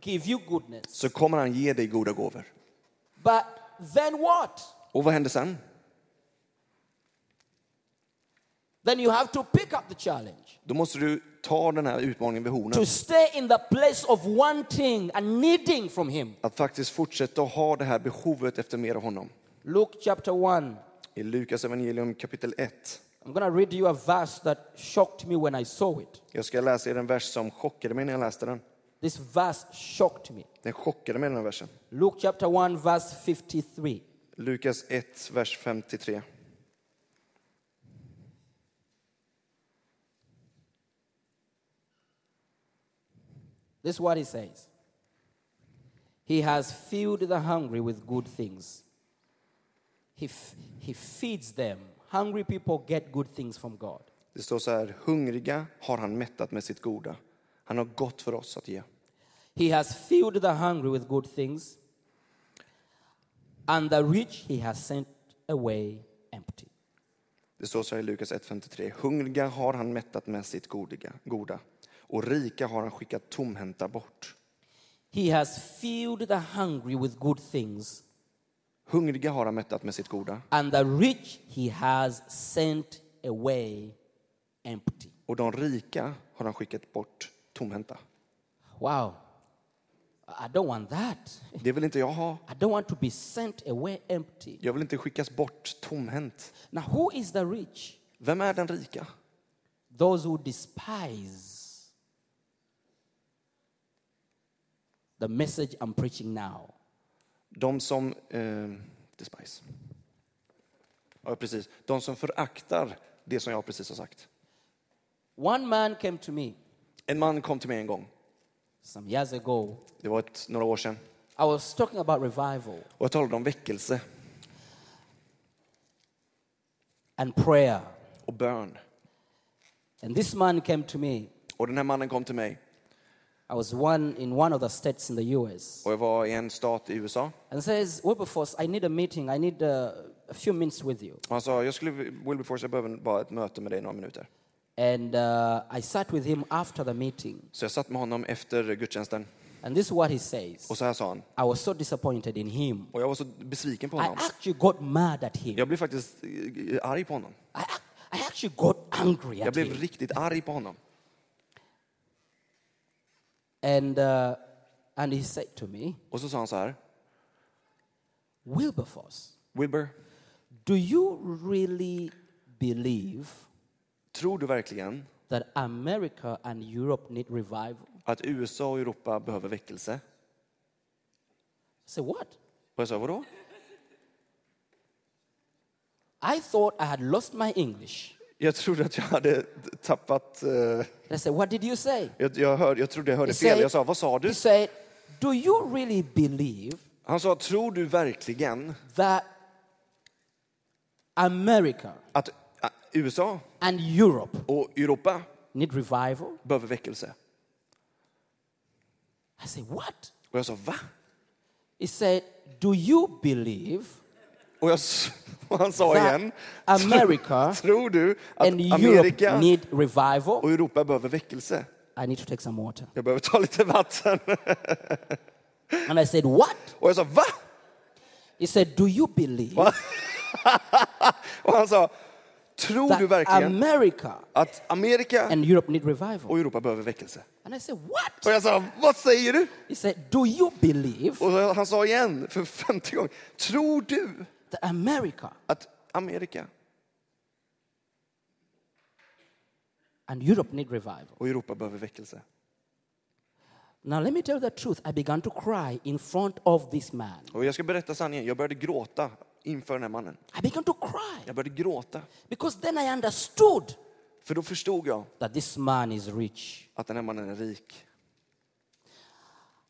Speaker 1: give you goodness.
Speaker 2: så kommer han ge dig goda gåvor.
Speaker 1: But then what?
Speaker 2: Och vad händer sen?
Speaker 1: Then you have to pick up the challenge
Speaker 2: Då måste du ta den här utmaningen vid hornen.
Speaker 1: to stay in the place of wanting and needing from him.
Speaker 2: Att faktiskt fortsätta att ha det här behovet efter mer av honom.
Speaker 1: Luke chapter 1.
Speaker 2: I Lukas evangelium kapitel 1.
Speaker 1: I'm going to read you a verse that shocked me when I saw it.
Speaker 2: Jag ska läsa er en vers som chockade mig när jag läste den.
Speaker 1: This verse shocked me.
Speaker 2: Den chockade mig den här versen.
Speaker 1: Luke chapter 1, verse 53.
Speaker 2: Lukas 1, vers 53.
Speaker 1: This is what he says He has filled the hungry with good things. He, f- he feeds them. Hungry people get good things from God.
Speaker 2: Det står så här, hungriga har han mättat med sitt goda. Han har gott för oss att ge.
Speaker 1: He has filled the hungry with good things, and the rich he has sent away empty.
Speaker 2: Det står så här i Lukas 1.53. Hungriga har han mättat med sitt godiga, goda och rika har han skickat tomhänta bort.
Speaker 1: He has filled the hungry with good things,
Speaker 2: Hungriga har han mättat med sitt goda
Speaker 1: and the rich he has sent away empty.
Speaker 2: och de rika har han skickat bort tomhänta.
Speaker 1: Wow. I I don't want that.
Speaker 2: Det vill inte jag ha.
Speaker 1: I don't want to be sent away empty.
Speaker 2: Jag vill inte skickas bort tomhänt.
Speaker 1: Now, who is the rich?
Speaker 2: Vem är den rika?
Speaker 1: Those who despise the message I'm preaching now.
Speaker 2: De som... Eh, despise. Ja, precis. De som föraktar det som jag precis har sagt.
Speaker 1: One man came to me
Speaker 2: En man kom till mig en gång.
Speaker 1: some years ago.
Speaker 2: Det var ett, några år sedan.
Speaker 1: I was talking about revival
Speaker 2: Och jag talade om väckelse
Speaker 1: and prayer.
Speaker 2: och bön.
Speaker 1: And this man came to me.
Speaker 2: Och den här mannen kom till mig.
Speaker 1: I was one in one of the states in the US
Speaker 2: Och jag var i en stat i USA.
Speaker 1: and says, Wilberforce, I need a meeting. I need uh, a few minutes with you.
Speaker 2: Och han sa, jag skulle, Wilberforce, jag behöver bara ett möte med dig några minuter.
Speaker 1: And uh, I sat with him after the meeting.
Speaker 2: Så jag satt med honom efter gudstjänsten.
Speaker 1: And this is what he says.
Speaker 2: Och så här sa han.
Speaker 1: I was so disappointed in him.
Speaker 2: Och jag var så besviken på
Speaker 1: I
Speaker 2: honom.
Speaker 1: actually got mad at him.
Speaker 2: Jag blev faktiskt eh, arg på honom.
Speaker 1: I, ac- I actually got angry
Speaker 2: Jag
Speaker 1: at
Speaker 2: blev
Speaker 1: him.
Speaker 2: riktigt arg på honom.
Speaker 1: And, uh, and he said to me,
Speaker 2: Och så sa han så här,
Speaker 1: Wilberforce,
Speaker 2: Wilbur,
Speaker 1: do you really believe
Speaker 2: tror du verkligen
Speaker 1: that America and Europe need revival? I
Speaker 2: att USA och Europa behöver väckelse?
Speaker 1: said, What?
Speaker 2: Och jag sa, vadå?
Speaker 1: I thought I had lost my English.
Speaker 2: Jag trodde att jag hade tappat... eh,
Speaker 1: And I said, What did you say?
Speaker 2: jag, jag, hörde, jag trodde jag hörde
Speaker 1: He
Speaker 2: fel.
Speaker 1: said-
Speaker 2: Jag sa, vad sa du?
Speaker 1: He said, Do you really believe
Speaker 2: Han sa, tror du verkligen
Speaker 1: that America
Speaker 2: att eh, USA
Speaker 1: and Europe
Speaker 2: och Europa
Speaker 1: need revival?
Speaker 2: behöver väckelse?
Speaker 1: I said, What?
Speaker 2: Och jag sa, va?
Speaker 1: He said, Do you believe
Speaker 2: Och, jag, s- och han sa
Speaker 1: that
Speaker 2: igen,
Speaker 1: America
Speaker 2: tror du att
Speaker 1: and Europe
Speaker 2: Amerika
Speaker 1: need revival?
Speaker 2: och Europa behöver väckelse?
Speaker 1: I need to take some water.
Speaker 2: Jag behöver ta lite vatten.
Speaker 1: And I said, What?
Speaker 2: Och jag sa, va?
Speaker 1: He said, Do you believe
Speaker 2: Och han sa, tror du
Speaker 1: that
Speaker 2: verkligen
Speaker 1: America
Speaker 2: att Amerika
Speaker 1: and Europe need revival?
Speaker 2: och Europa behöver väckelse?
Speaker 1: And I said, What?
Speaker 2: Och jag sa, vad säger du?
Speaker 1: He said, Do you believe
Speaker 2: Och han sa igen, för femte gången, tror du
Speaker 1: that America
Speaker 2: att Amerika
Speaker 1: and Europe need revival?
Speaker 2: och Europa behöver väckelse?
Speaker 1: Now, let me tell you the truth. I began to cry in front of this man.
Speaker 2: Och jag ska berätta sanningen, jag började gråta inför den här mannen.
Speaker 1: I began to cry
Speaker 2: Jag började gråta,
Speaker 1: because then I understood
Speaker 2: för då förstod jag
Speaker 1: that this man is rich.
Speaker 2: att den här mannen är rik.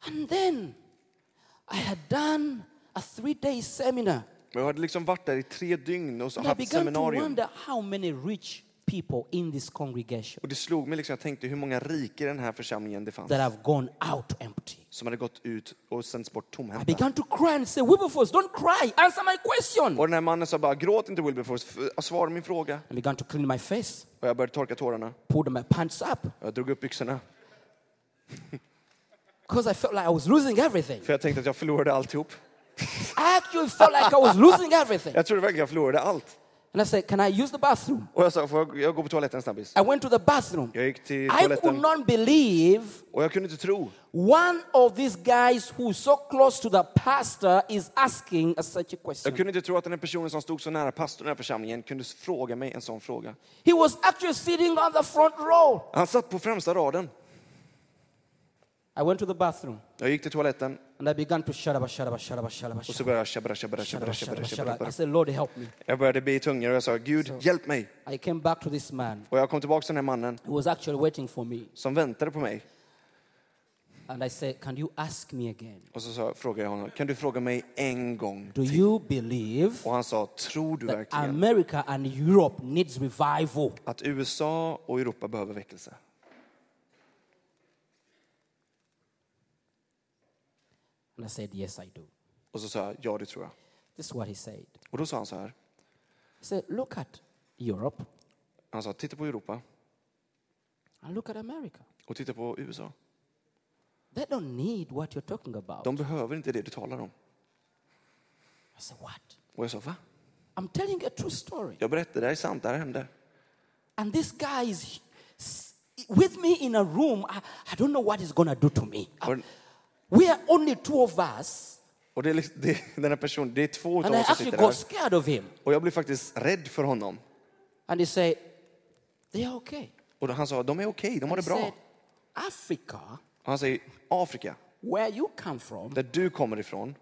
Speaker 1: And then I had done a three day seminar.
Speaker 2: Men jag hade liksom varit där i tre dygn och så
Speaker 1: And I
Speaker 2: haft
Speaker 1: began to
Speaker 2: seminarium.
Speaker 1: wonder how many rich people in this congregation
Speaker 2: Och det slog mig, liksom, jag tänkte hur många rika i den här församlingen det fanns.
Speaker 1: that have gone out empty.
Speaker 2: Som hade gått ut och sänts bort
Speaker 1: I
Speaker 2: tomhänta.
Speaker 1: began to cry and say, Wilberforce, don't cry. Answer my question.
Speaker 2: Och
Speaker 1: I
Speaker 2: den här mannen sa bara, gråt inte Wilberforce, för- svara min fråga.
Speaker 1: began to clean my face,
Speaker 2: Och jag började torka tårarna.
Speaker 1: pulled my pants up
Speaker 2: Jag drog upp byxorna.
Speaker 1: because I felt like I was losing everything.
Speaker 2: För jag tänkte att jag förlorade alltihop.
Speaker 1: I actually felt like I was losing everything.
Speaker 2: Jag trodde verkligen jag förlorade allt.
Speaker 1: And I said, Can I use the bathroom?
Speaker 2: Och jag sa, får jag, jag går på toaletten snabbis?
Speaker 1: I went to the bathroom.
Speaker 2: Jag gick till
Speaker 1: I could
Speaker 2: toaletten
Speaker 1: not believe
Speaker 2: och jag kunde inte tro
Speaker 1: one of these guys who's so close to the pastor is asking a such a
Speaker 2: Jag
Speaker 1: question.
Speaker 2: kunde inte tro att den här personen som stod så nära pastorn i den här församlingen kunde fråga mig en sån fråga.
Speaker 1: He was actually sitting on the front row.
Speaker 2: Han satt på främsta raden.
Speaker 1: I went to the bathroom
Speaker 2: Jag gick till toaletten
Speaker 1: and I began to shut up, shut up, shut up, shut up,
Speaker 2: och
Speaker 1: shut
Speaker 2: så
Speaker 1: up.
Speaker 2: började jag tjabbra, tjabbra, tjabbra, tjabbra, tjabbra,
Speaker 1: I
Speaker 2: tjabbra.
Speaker 1: said, Lord, help me.
Speaker 2: Jag började be i tungor och jag sa, Gud, hjälp mig.
Speaker 1: I came back to this man
Speaker 2: Och jag kom tillbaka till den här mannen
Speaker 1: who was actually waiting for me.
Speaker 2: som väntade på mig.
Speaker 1: And I said, Can you ask me again?
Speaker 2: Och så sa, frågade jag honom, kan du fråga mig en gång?
Speaker 1: Do you believe
Speaker 2: Och han sa, tror du
Speaker 1: that
Speaker 2: verkligen
Speaker 1: America and Europe needs revival?
Speaker 2: att USA och Europa behöver väckelse?
Speaker 1: And I said, Yes, I do.
Speaker 2: Och så sa jag, ja det tror jag.
Speaker 1: This is what he said.
Speaker 2: Och då sa han så här,
Speaker 1: He said, Look at Europe
Speaker 2: han sa, titta på Europa
Speaker 1: and look at America.
Speaker 2: och titta på USA.
Speaker 1: They don't need what you're talking about.
Speaker 2: De behöver inte det du talar om.
Speaker 1: I said, What?
Speaker 2: Och jag sa, va?
Speaker 1: I'm telling you a true story.
Speaker 2: Jag berättade, det här är sant, det här hände.
Speaker 1: And this guy is s- with me in a room. I, I don't know what he's going to do to me. I-
Speaker 2: Or-
Speaker 1: we are only two of us.
Speaker 2: Och det är, liksom, det, den här personen, det är två utav
Speaker 1: And I
Speaker 2: oss som
Speaker 1: actually
Speaker 2: sitter
Speaker 1: got
Speaker 2: där.
Speaker 1: scared of him.
Speaker 2: Och jag blev faktiskt rädd för honom.
Speaker 1: And he said, They are okay.
Speaker 2: Och då han sa, de är okej, de har det
Speaker 1: He
Speaker 2: bra.
Speaker 1: said, Africa,
Speaker 2: Och han säger, Afrika,
Speaker 1: where you come from,
Speaker 2: där du kommer ifrån,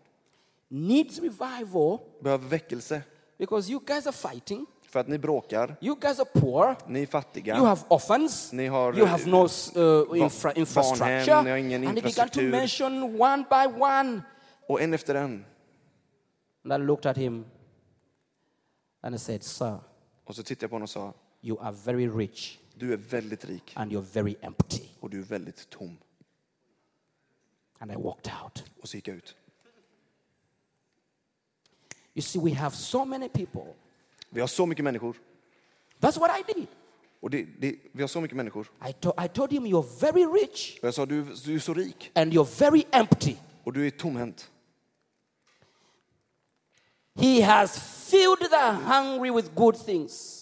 Speaker 1: needs revival
Speaker 2: behöver väckelse.
Speaker 1: because you guys are fighting.
Speaker 2: För att ni bråkar,
Speaker 1: You guys are poor.
Speaker 2: ni är fattiga.
Speaker 1: You have orphans.
Speaker 2: Ni har,
Speaker 1: you have no uh, infra-
Speaker 2: barnhem,
Speaker 1: infrastructure.
Speaker 2: ni har ingen
Speaker 1: and he began to
Speaker 2: infrastruktur.
Speaker 1: mention one by one.
Speaker 2: Och en efter en.
Speaker 1: And I looked at him and I said, Sir,
Speaker 2: Och så tittade jag på honom och sa,
Speaker 1: you are very rich
Speaker 2: du är väldigt rik
Speaker 1: and you're very empty.
Speaker 2: och du är väldigt tom.
Speaker 1: And I walked out.
Speaker 2: Och så gick jag ut.
Speaker 1: You see, we have so many people.
Speaker 2: Vi har så mycket människor.
Speaker 1: That's what I did.
Speaker 2: Och det, det, vi har så mycket människor.
Speaker 1: I, to- I told him, You're very rich
Speaker 2: Och jag sa, du, du är så rik
Speaker 1: and you're very empty.
Speaker 2: och du är tomhänt.
Speaker 1: He has filled the hungry with good things.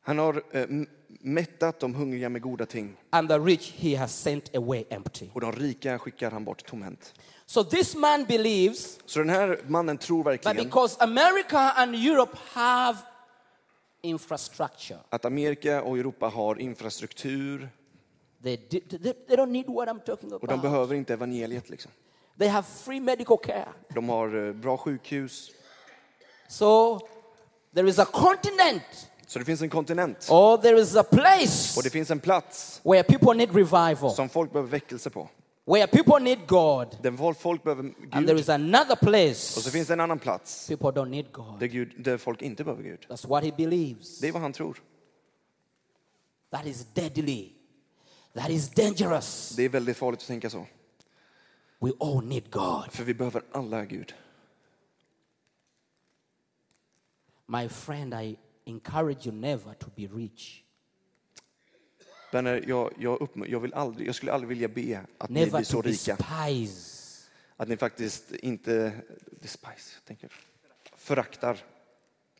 Speaker 2: Han har eh, m- mättat de hungriga med goda ting
Speaker 1: and the rich he has sent away empty.
Speaker 2: och de rika skickar han bort tomhänt.
Speaker 1: So this man believes
Speaker 2: Så den här mannen tror
Speaker 1: that
Speaker 2: verkligen
Speaker 1: because America and Europe have infrastructure,
Speaker 2: att Amerika och Europa har infrastruktur
Speaker 1: they, di- they, they don't need what I'm talking
Speaker 2: och de
Speaker 1: about.
Speaker 2: behöver inte evangeliet. Liksom.
Speaker 1: They have free medical care.
Speaker 2: De har eh, bra sjukhus.
Speaker 1: So there is a continent
Speaker 2: Så det finns en kontinent
Speaker 1: or there is a place
Speaker 2: och det finns en plats
Speaker 1: where people need revival,
Speaker 2: som folk behöver väckelse på.
Speaker 1: where people need God.
Speaker 2: Där vol- folk behöver
Speaker 1: And there
Speaker 2: Gud
Speaker 1: is another
Speaker 2: och så
Speaker 1: place
Speaker 2: finns det en annan plats
Speaker 1: people don't need God.
Speaker 2: där, Gud, där folk inte behöver Gud.
Speaker 1: That's what he believes.
Speaker 2: Det är vad han tror.
Speaker 1: That is deadly. That is dangerous.
Speaker 2: Det är väldigt farligt att tänka så.
Speaker 1: We all need God.
Speaker 2: För vi behöver alla Gud.
Speaker 1: My friend, I encourage you never to be rich.
Speaker 2: Vänner, jag, jag, uppm- jag, vill aldrig, jag skulle aldrig vilja be att ni
Speaker 1: Never
Speaker 2: blir
Speaker 1: to
Speaker 2: så rika
Speaker 1: despise.
Speaker 2: att ni faktiskt inte despise, tänker, jag. föraktar.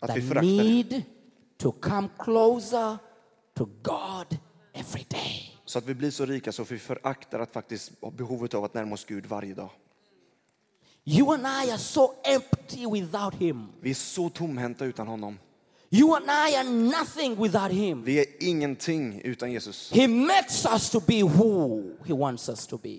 Speaker 2: Att vi
Speaker 1: The
Speaker 2: föraktar det.
Speaker 1: need to come closer to God every day.
Speaker 2: Så att vi blir så rika så att vi föraktar att faktiskt ha behovet av att närma oss Gud varje dag.
Speaker 1: You and I are so empty without Him.
Speaker 2: Vi är så tomhänta utan honom.
Speaker 1: You and I are nothing without Him.
Speaker 2: Vi är ingenting utan Jesus.
Speaker 1: He makes us to be who He wants us to be.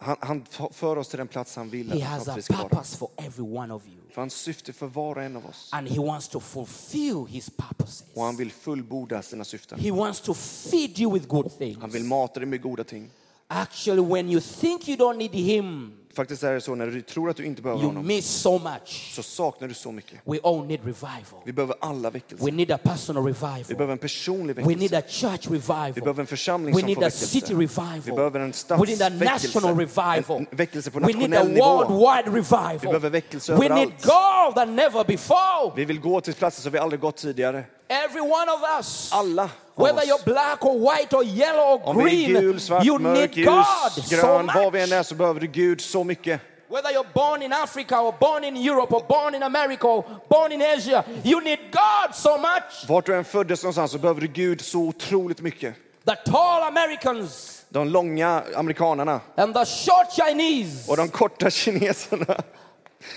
Speaker 2: Han, han f- för oss till den plats han vill
Speaker 1: He
Speaker 2: att,
Speaker 1: has
Speaker 2: att vi
Speaker 1: a
Speaker 2: ska vara.
Speaker 1: purpose for every one of you.
Speaker 2: För hans syfte för var och en av oss.
Speaker 1: And He wants to fulfill His purposes.
Speaker 2: Och han vill fullborda sina syften.
Speaker 1: He wants to feed you with good things.
Speaker 2: Han vill mata dig med goda ting.
Speaker 1: Actually, when you think you don't need Him,
Speaker 2: Faktiskt är det så när du tror att du inte behöver
Speaker 1: you
Speaker 2: honom
Speaker 1: miss so much.
Speaker 2: så saknar du så mycket.
Speaker 1: We all need revival.
Speaker 2: Vi behöver alla väckelse.
Speaker 1: We need a personal
Speaker 2: Vi
Speaker 1: revival.
Speaker 2: behöver en personlig
Speaker 1: We need
Speaker 2: väckelse.
Speaker 1: a church
Speaker 2: Vi
Speaker 1: revival.
Speaker 2: behöver en församling
Speaker 1: We
Speaker 2: som
Speaker 1: need
Speaker 2: får
Speaker 1: a city
Speaker 2: väckelse. Vi
Speaker 1: revival.
Speaker 2: behöver en
Speaker 1: We need a national
Speaker 2: stadsväckelse.
Speaker 1: revival.
Speaker 2: En väckelse på
Speaker 1: We need a
Speaker 2: nationell nivå.
Speaker 1: worldwide
Speaker 2: Vi
Speaker 1: revival.
Speaker 2: behöver väckelse
Speaker 1: We need
Speaker 2: överallt.
Speaker 1: God than never before.
Speaker 2: Vi vill gå till platser som vi aldrig gått tidigare.
Speaker 1: Every one of us,
Speaker 2: Alla av
Speaker 1: whether
Speaker 2: oss.
Speaker 1: you're black or white or yellow or
Speaker 2: Om vi
Speaker 1: green,
Speaker 2: är gul, svart,
Speaker 1: you
Speaker 2: mörk,
Speaker 1: need God
Speaker 2: ljus,
Speaker 1: so
Speaker 2: grön, vad vi än
Speaker 1: much.
Speaker 2: är så behöver du Gud så mycket.
Speaker 1: Whether you're born in Africa or born in Europe or born in America or born in Asia, you need God so much.
Speaker 2: Vart du än föddes någonstans så behöver du Gud så otroligt mycket.
Speaker 1: The tall Americans
Speaker 2: De långa amerikanarna
Speaker 1: and the short Chinese
Speaker 2: och de korta kineserna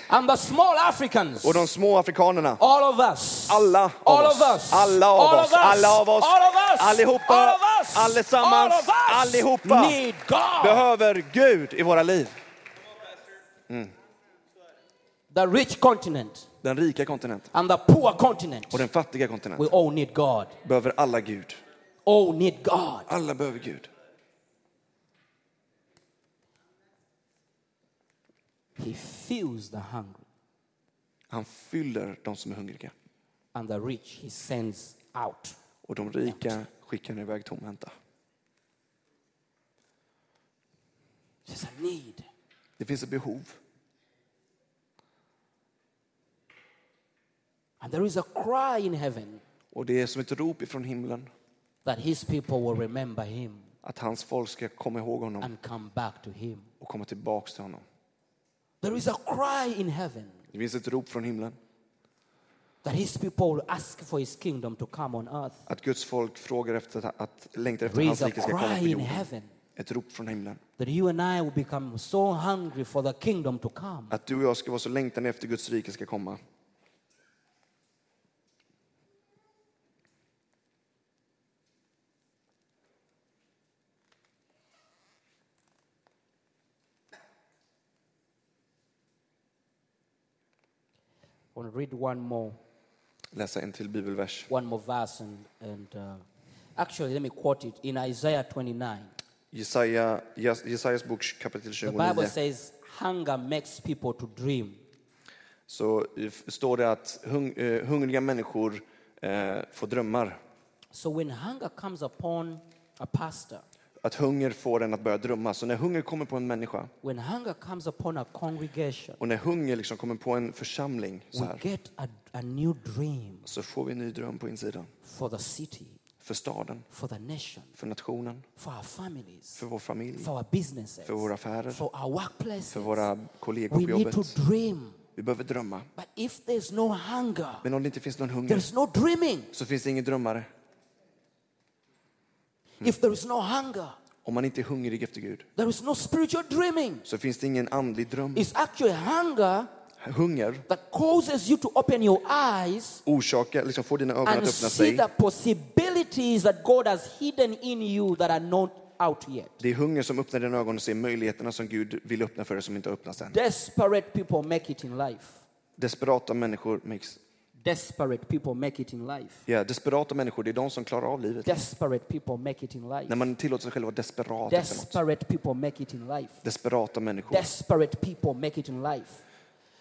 Speaker 1: and the small Africans,
Speaker 2: och de små afrikanerna.
Speaker 1: all of us,
Speaker 2: Alla av
Speaker 1: all
Speaker 2: oss.
Speaker 1: of us,
Speaker 2: Alla av
Speaker 1: all
Speaker 2: oss.
Speaker 1: of us,
Speaker 2: Alla av oss.
Speaker 1: all of us,
Speaker 2: Allihopa.
Speaker 1: all of us,
Speaker 2: Allesammans.
Speaker 1: all of us
Speaker 2: Allihopa.
Speaker 1: need God.
Speaker 2: Behöver Gud i våra liv.
Speaker 1: the rich continent
Speaker 2: Den rika kontinenten
Speaker 1: and the poor continent,
Speaker 2: och den fattiga
Speaker 1: we
Speaker 2: kontinenten
Speaker 1: all need God.
Speaker 2: behöver alla Gud.
Speaker 1: All need God.
Speaker 2: Alla behöver Gud.
Speaker 1: He fills the hungry
Speaker 2: Han fyller de som är hungriga
Speaker 1: and the rich he sends out.
Speaker 2: och de rika skickar han iväg tomhänta.
Speaker 1: There's a need.
Speaker 2: Det finns ett behov
Speaker 1: And there is a cry in heaven
Speaker 2: och det är som ett rop ifrån himlen
Speaker 1: that his people will remember him
Speaker 2: att hans folk ska komma ihåg honom
Speaker 1: and come back to him.
Speaker 2: och komma tillbaks till honom.
Speaker 1: There is a cry in heaven
Speaker 2: Det finns ett rop från himlen
Speaker 1: that his people will ask for his kingdom to come on earth.
Speaker 2: att Guds folk frågar efter att längtar efter
Speaker 1: There
Speaker 2: att
Speaker 1: is
Speaker 2: hans
Speaker 1: a
Speaker 2: rike ska komma
Speaker 1: cry
Speaker 2: på
Speaker 1: in
Speaker 2: jorden.
Speaker 1: heaven
Speaker 2: Ett rop från himlen.
Speaker 1: that you and I will become so hungry for the kingdom to come.
Speaker 2: Att du och jag ska vara så längtande efter Guds rike ska komma.
Speaker 1: I want to read one more,
Speaker 2: Läsa en till bibelvers.
Speaker 1: one more verse and, and uh, actually let me quote it in Isaiah 29.
Speaker 2: Jesaja, Jes- Jesajas bok kapitel
Speaker 1: The Bible
Speaker 2: 29.
Speaker 1: says hunger makes people to dream.
Speaker 2: Så eh, står det att hung, eh, hungriga människor eh, får drömmar.
Speaker 1: So when hunger comes upon a pastor,
Speaker 2: Att hunger får en att börja drömma. Så när hunger kommer på en människa
Speaker 1: when hunger comes upon a congregation,
Speaker 2: och när hunger liksom kommer på en församling så,
Speaker 1: we
Speaker 2: här,
Speaker 1: get a, a new dream
Speaker 2: så får vi en ny dröm på insidan.
Speaker 1: for the city,
Speaker 2: För staden,
Speaker 1: for the nation,
Speaker 2: för nationen,
Speaker 1: for our families,
Speaker 2: för vår familj,
Speaker 1: for our businesses,
Speaker 2: för våra affärer,
Speaker 1: for our
Speaker 2: för
Speaker 1: workplaces.
Speaker 2: våra kollegor
Speaker 1: We
Speaker 2: på
Speaker 1: need to
Speaker 2: jobbet.
Speaker 1: dream.
Speaker 2: Vi behöver drömma.
Speaker 1: But if there's no hunger,
Speaker 2: Men om det inte finns någon hunger
Speaker 1: there's no dreaming.
Speaker 2: så finns det ingen drömmare. Mm.
Speaker 1: If there is no hunger,
Speaker 2: Om man inte är hungrig efter Gud
Speaker 1: there is no spiritual dreaming.
Speaker 2: så finns det ingen andlig dröm.
Speaker 1: It's actually hunger
Speaker 2: Hunger
Speaker 1: that causes you to open your eyes
Speaker 2: orsakar, liksom får dina ögon att
Speaker 1: and
Speaker 2: öppna
Speaker 1: see
Speaker 2: sig.
Speaker 1: the possibilities that God has hidden in you that are not out yet.
Speaker 2: Det är hunger som öppnar dina ögon och ser möjligheterna som Gud vill öppna för dig som inte har öppnats än.
Speaker 1: Desperate people make it in life.
Speaker 2: Desperata människor makes
Speaker 1: Desperate people make it in life.
Speaker 2: Ja, desperata människor, det är de som klarar av livet.
Speaker 1: Desperate people make it in life.
Speaker 2: När man tillåter sig själv att vara desperat efter något.
Speaker 1: Desperate people make it in life.
Speaker 2: Desperata människor.
Speaker 1: Desperate people make it in life.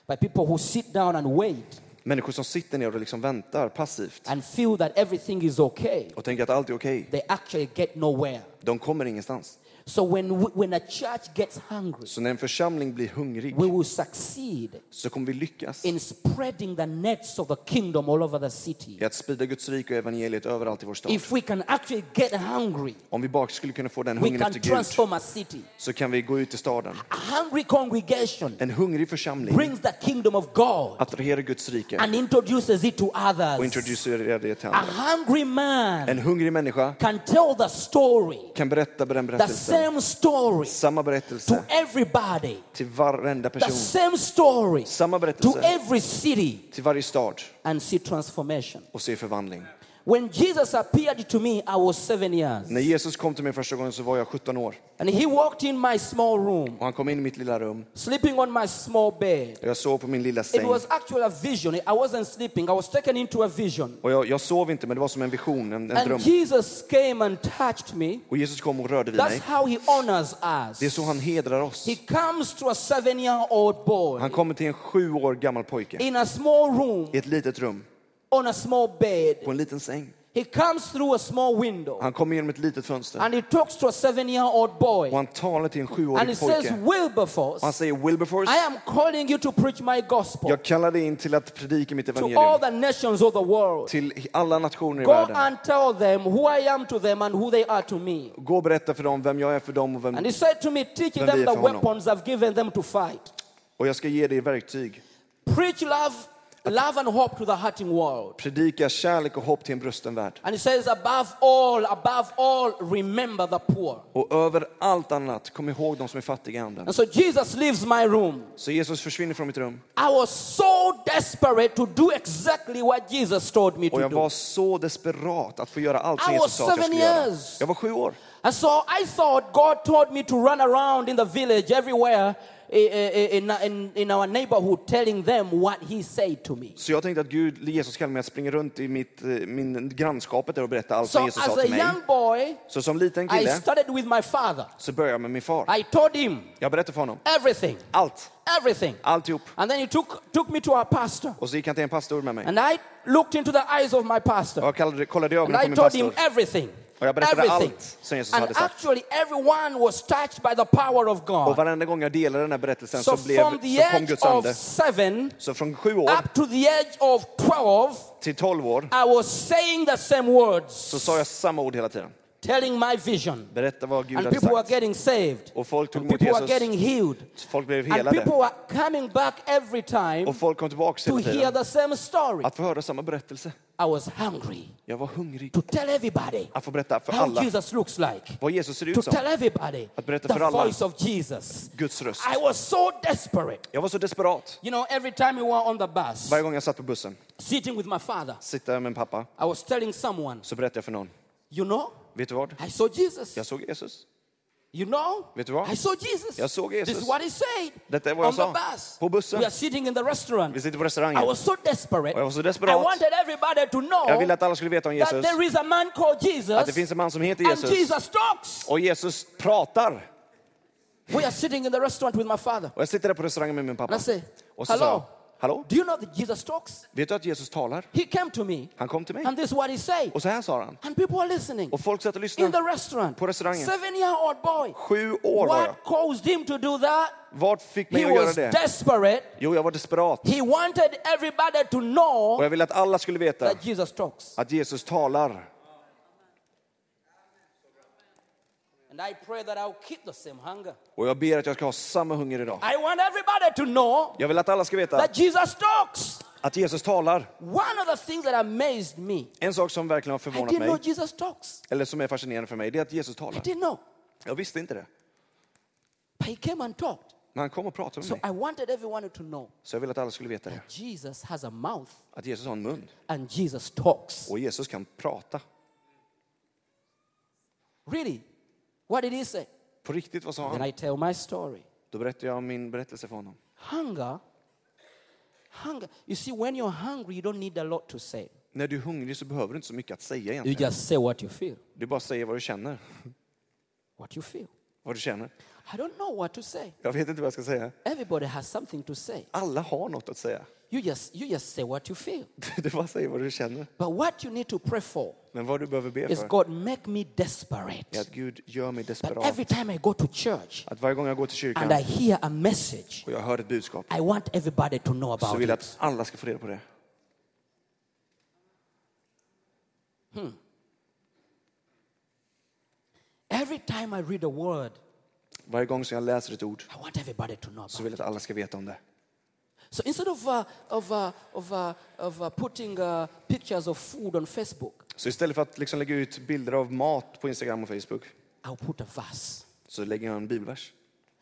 Speaker 1: By people who sit down and wait
Speaker 2: Människor som sitter ner och liksom väntar passivt
Speaker 1: and feel that everything is okay,
Speaker 2: och tänker att allt är okej.
Speaker 1: they actually get nowhere.
Speaker 2: De kommer ingenstans.
Speaker 1: So when, we, when a church gets hungry,
Speaker 2: Så när en församling blir hungrig
Speaker 1: we will succeed
Speaker 2: så kommer vi lyckas
Speaker 1: in spreading the nets of the kingdom all over the city.
Speaker 2: i att sprida Guds rike och evangeliet överallt i vår stad.
Speaker 1: If we can actually get hungry,
Speaker 2: Om vi bara skulle kunna få den
Speaker 1: we
Speaker 2: hungern
Speaker 1: can
Speaker 2: efter Gud
Speaker 1: transform a city.
Speaker 2: så kan vi gå ut i staden.
Speaker 1: A hungry congregation
Speaker 2: En hungrig församling
Speaker 1: brings the kingdom of God
Speaker 2: attraherar Guds rike
Speaker 1: and introduces it to
Speaker 2: och
Speaker 1: others.
Speaker 2: introducerar det till
Speaker 1: A
Speaker 2: andra.
Speaker 1: hungry man
Speaker 2: En hungrig människa
Speaker 1: can tell the story,
Speaker 2: kan berätta den
Speaker 1: the
Speaker 2: berättelsen.
Speaker 1: same story
Speaker 2: Samma
Speaker 1: to
Speaker 2: berättelse
Speaker 1: everybody,
Speaker 2: till varenda
Speaker 1: the
Speaker 2: person.
Speaker 1: same story
Speaker 2: Samma
Speaker 1: to
Speaker 2: berättelse
Speaker 1: every city
Speaker 2: till varje stad
Speaker 1: and see transformation.
Speaker 2: och se förvandling.
Speaker 1: When Jesus appeared to me, I was seven years.
Speaker 2: När Jesus kom till mig första gången så var jag 17 år
Speaker 1: And he walked in my small room,
Speaker 2: och han kom in i mitt lilla rum
Speaker 1: sleeping on my small bed.
Speaker 2: och jag sov på min lilla
Speaker 1: It
Speaker 2: säng.
Speaker 1: was actually a vision. I wasn't sleeping, I was taken into a vision.
Speaker 2: Och jag, jag sov inte men det var som en vision, en, en dröm.
Speaker 1: And Jesus came and touched me.
Speaker 2: Och Jesus kom och rörde vid
Speaker 1: That's
Speaker 2: mig.
Speaker 1: how he honors
Speaker 2: Det är så
Speaker 1: us.
Speaker 2: han hedrar oss.
Speaker 1: He comes to a seven year old boy
Speaker 2: Han kommer till en sju år gammal pojke
Speaker 1: in a small room
Speaker 2: i ett litet rum
Speaker 1: on a small bed.
Speaker 2: på en liten säng.
Speaker 1: He comes through a small window
Speaker 2: Han kommer genom ett litet fönster
Speaker 1: and he talks to a seven year old
Speaker 2: och
Speaker 1: boy
Speaker 2: han talar till en
Speaker 1: and he
Speaker 2: sjuårig
Speaker 1: says,
Speaker 2: pojke.
Speaker 1: Wilberforce,
Speaker 2: Och han säger
Speaker 1: I
Speaker 2: Wilberforce,
Speaker 1: am calling you to preach my gospel
Speaker 2: jag kallar dig in till att predika mitt
Speaker 1: to all
Speaker 2: evangelium
Speaker 1: the nations of the world.
Speaker 2: till alla nationer i
Speaker 1: Go
Speaker 2: världen.
Speaker 1: and tell them who I am to them and who they are to me.
Speaker 2: Gå och berätta för dem vem jag är för dem och,
Speaker 1: And
Speaker 2: vem,
Speaker 1: he said to me, teaching
Speaker 2: Vem vi
Speaker 1: them
Speaker 2: är
Speaker 1: the
Speaker 2: för honom."
Speaker 1: weapons I've given them to fight.
Speaker 2: och jag ska ge dig verktyg.
Speaker 1: Preach love, love and hope to the hurting world.
Speaker 2: Predika kärlek och hopp till en brusten värld.
Speaker 1: And he says, above all, above all, remember the poor.
Speaker 2: Och över allt annat, kom ihåg de som är fattiga i anden.
Speaker 1: And so Jesus leaves my room.
Speaker 2: Så Jesus försvinner från mitt rum
Speaker 1: I was so desperate to do exactly what Jesus told me
Speaker 2: och
Speaker 1: to
Speaker 2: jag var
Speaker 1: do.
Speaker 2: så desperat att få göra allt som
Speaker 1: I
Speaker 2: Jesus
Speaker 1: was
Speaker 2: sa att jag
Speaker 1: seven
Speaker 2: skulle göra.
Speaker 1: years.
Speaker 2: Jag var sju år.
Speaker 1: And so I thought God told me to run around in the village, everywhere i- i- in, in, in our neighborhood, telling them what he said to me.
Speaker 2: Så jag tänkte att Gud, Jesus kallade mig att springa runt i mitt, eh, min grannskapet där och berätta allt
Speaker 1: So
Speaker 2: som
Speaker 1: as
Speaker 2: Jesus sa
Speaker 1: a
Speaker 2: till mig.
Speaker 1: young boy,
Speaker 2: Så som liten
Speaker 1: I
Speaker 2: kille
Speaker 1: started with my father.
Speaker 2: så började jag med min far.
Speaker 1: I told him
Speaker 2: Jag berättade för honom
Speaker 1: everything,
Speaker 2: allt,
Speaker 1: everything.
Speaker 2: alltihop.
Speaker 1: And then he took, took me to our pastor.
Speaker 2: Och så gick han till en pastor med mig.
Speaker 1: And I looked into the eyes of my
Speaker 2: Och
Speaker 1: pastor.
Speaker 2: jag kallade, kollade i
Speaker 1: And
Speaker 2: ögonen
Speaker 1: I
Speaker 2: på min
Speaker 1: told him
Speaker 2: pastor.
Speaker 1: everything.
Speaker 2: Och jag berättade
Speaker 1: Everything.
Speaker 2: allt som Jesus
Speaker 1: And
Speaker 2: hade sagt.
Speaker 1: actually, everyone was touched by the power of
Speaker 2: Och
Speaker 1: God.
Speaker 2: varenda gång jag delade den här berättelsen
Speaker 1: So,
Speaker 2: så, blev,
Speaker 1: from the
Speaker 2: så kom
Speaker 1: age
Speaker 2: Guds
Speaker 1: of
Speaker 2: ande.
Speaker 1: seven
Speaker 2: Så från sju år
Speaker 1: up to the age of 12,
Speaker 2: till tolv år
Speaker 1: I was saying the same
Speaker 2: så
Speaker 1: words,
Speaker 2: sa jag samma ord hela tiden.
Speaker 1: telling my vision.
Speaker 2: Berätta vad Gud
Speaker 1: And
Speaker 2: hade
Speaker 1: people were
Speaker 2: sagt.
Speaker 1: getting saved.
Speaker 2: Och folk tog
Speaker 1: And
Speaker 2: emot
Speaker 1: people were
Speaker 2: Jesus.
Speaker 1: getting healed.
Speaker 2: Folk blev
Speaker 1: And
Speaker 2: helade.
Speaker 1: people were coming back every time
Speaker 2: Och folk kom tillbaka
Speaker 1: to
Speaker 2: hela
Speaker 1: hear
Speaker 2: tiden.
Speaker 1: the same story.
Speaker 2: Att få höra samma berättelse.
Speaker 1: I was hungry
Speaker 2: Jag var hungrig.
Speaker 1: to tell everybody
Speaker 2: Att få berätta för
Speaker 1: how
Speaker 2: alla
Speaker 1: Jesus looks like.
Speaker 2: vad Jesus ser
Speaker 1: to
Speaker 2: ut som.
Speaker 1: tell everybody
Speaker 2: Att berätta för
Speaker 1: the
Speaker 2: alla.
Speaker 1: voice of Jesus.
Speaker 2: Guds röst.
Speaker 1: I was so desperate.
Speaker 2: Jag var så desperat.
Speaker 1: You know, every time we were on the bus,
Speaker 2: Varje gång jag satt på bussen,
Speaker 1: sitting with my father,
Speaker 2: sitta med min pappa,
Speaker 1: I was telling someone,
Speaker 2: så berättade jag för någon.
Speaker 1: you know,
Speaker 2: Vet du vad?
Speaker 1: I saw Jesus.
Speaker 2: Jag såg Jesus.
Speaker 1: You know,
Speaker 2: Vet du vad?
Speaker 1: I saw Jesus.
Speaker 2: Jag såg Jesus.
Speaker 1: This is what he said.
Speaker 2: Detta är vad jag
Speaker 1: on the
Speaker 2: sa.
Speaker 1: bus.
Speaker 2: På bussen.
Speaker 1: We are sitting in the restaurant.
Speaker 2: Vi sitter på
Speaker 1: I
Speaker 2: restaurangen.
Speaker 1: was so desperate.
Speaker 2: Och jag var så desperat.
Speaker 1: I wanted everybody to know
Speaker 2: Jag ville att alla skulle veta om
Speaker 1: that
Speaker 2: Jesus.
Speaker 1: there is a man called Jesus.
Speaker 2: Att det finns en man som heter
Speaker 1: and
Speaker 2: Jesus.
Speaker 1: Jesus talks.
Speaker 2: Och Jesus pratar.
Speaker 1: We are sitting in the restaurant with my father.
Speaker 2: Och jag sitter där på restaurangen med min
Speaker 1: And I
Speaker 2: pappa.
Speaker 1: say,
Speaker 2: Och så sa jag,
Speaker 1: hello,
Speaker 2: hallå?
Speaker 1: do you know that Jesus talks?
Speaker 2: Vet du att Jesus talar?
Speaker 1: He came to me.
Speaker 2: Han kom till mig.
Speaker 1: And this is what he said.
Speaker 2: Och så här sa han.
Speaker 1: And people are listening.
Speaker 2: Och folk satt och
Speaker 1: In the
Speaker 2: lyssnade.
Speaker 1: restaurant.
Speaker 2: På restaurangen.
Speaker 1: Seven year old boy.
Speaker 2: Sju år var jag.
Speaker 1: What caused him to do that?
Speaker 2: Vad fick mig
Speaker 1: He
Speaker 2: att göra
Speaker 1: was
Speaker 2: det?
Speaker 1: desperate.
Speaker 2: Jo, jag var desperat.
Speaker 1: He wanted everybody to
Speaker 2: Och
Speaker 1: know
Speaker 2: jag ville att alla skulle veta
Speaker 1: that Jesus talks.
Speaker 2: att Jesus talar.
Speaker 1: And I pray that I'll keep the same hunger.
Speaker 2: Och jag ber att jag ska ha samma hunger idag.
Speaker 1: I want everybody to know
Speaker 2: Jag vill att alla ska veta
Speaker 1: that Jesus talks.
Speaker 2: Att Jesus talar.
Speaker 1: One of the things that amazed me,
Speaker 2: En sak som verkligen har
Speaker 1: I
Speaker 2: förvånat
Speaker 1: didn't know
Speaker 2: mig,
Speaker 1: Jesus talks.
Speaker 2: eller som är fascinerande för mig, det är att Jesus
Speaker 1: I
Speaker 2: talar.
Speaker 1: didn't know.
Speaker 2: Jag visste inte det.
Speaker 1: But he came and talked.
Speaker 2: Men han kom och pratade med
Speaker 1: So
Speaker 2: mig.
Speaker 1: I wanted everyone to know
Speaker 2: Så jag ville att alla skulle veta det.
Speaker 1: Jesus has a mouth
Speaker 2: Att Jesus har en mun.
Speaker 1: and Jesus talks.
Speaker 2: Och Jesus kan prata.
Speaker 1: Really? What did he say?
Speaker 2: På riktigt, vad sa
Speaker 1: Then
Speaker 2: han?
Speaker 1: I tell my story.
Speaker 2: Då berättade jag om min berättelse för honom.
Speaker 1: Hunger, hunger. You see, when you're hungry, you don't need a lot to say.
Speaker 2: När du är hungrig så behöver du inte så mycket att säga
Speaker 1: You
Speaker 2: egentligen.
Speaker 1: just say what you feel.
Speaker 2: Du bara säger vad du känner.
Speaker 1: What you feel.
Speaker 2: Vad du känner.
Speaker 1: I don't know what to say.
Speaker 2: Jag vet inte vad jag ska säga.
Speaker 1: Everybody has something to say.
Speaker 2: Alla har något att säga.
Speaker 1: You just, you just say what you feel.
Speaker 2: Du bara säger vad du känner.
Speaker 1: But what you need to pray for
Speaker 2: Men vad du behöver be
Speaker 1: is
Speaker 2: för
Speaker 1: God, make me desperate.
Speaker 2: är att Gud gör mig
Speaker 1: But
Speaker 2: desperat.
Speaker 1: every time I go to church
Speaker 2: Att varje gång jag går till
Speaker 1: and I
Speaker 2: kyrkan
Speaker 1: hear a message,
Speaker 2: och jag hör ett budskap
Speaker 1: I want everybody to know
Speaker 2: så
Speaker 1: about
Speaker 2: vill jag
Speaker 1: it.
Speaker 2: att alla ska få reda på det.
Speaker 1: Every time I read a word,
Speaker 2: Varje gång som jag läser ett ord
Speaker 1: I want everybody to know
Speaker 2: så
Speaker 1: about it.
Speaker 2: vill jag att alla ska veta om det.
Speaker 1: So instead of, uh, of, uh, of, uh, of uh, putting uh, pictures of food on Facebook,
Speaker 2: Så istället för att liksom lägga ut bilder av mat på Instagram och Facebook
Speaker 1: I'll put a verse.
Speaker 2: så lägger jag en bibelvers.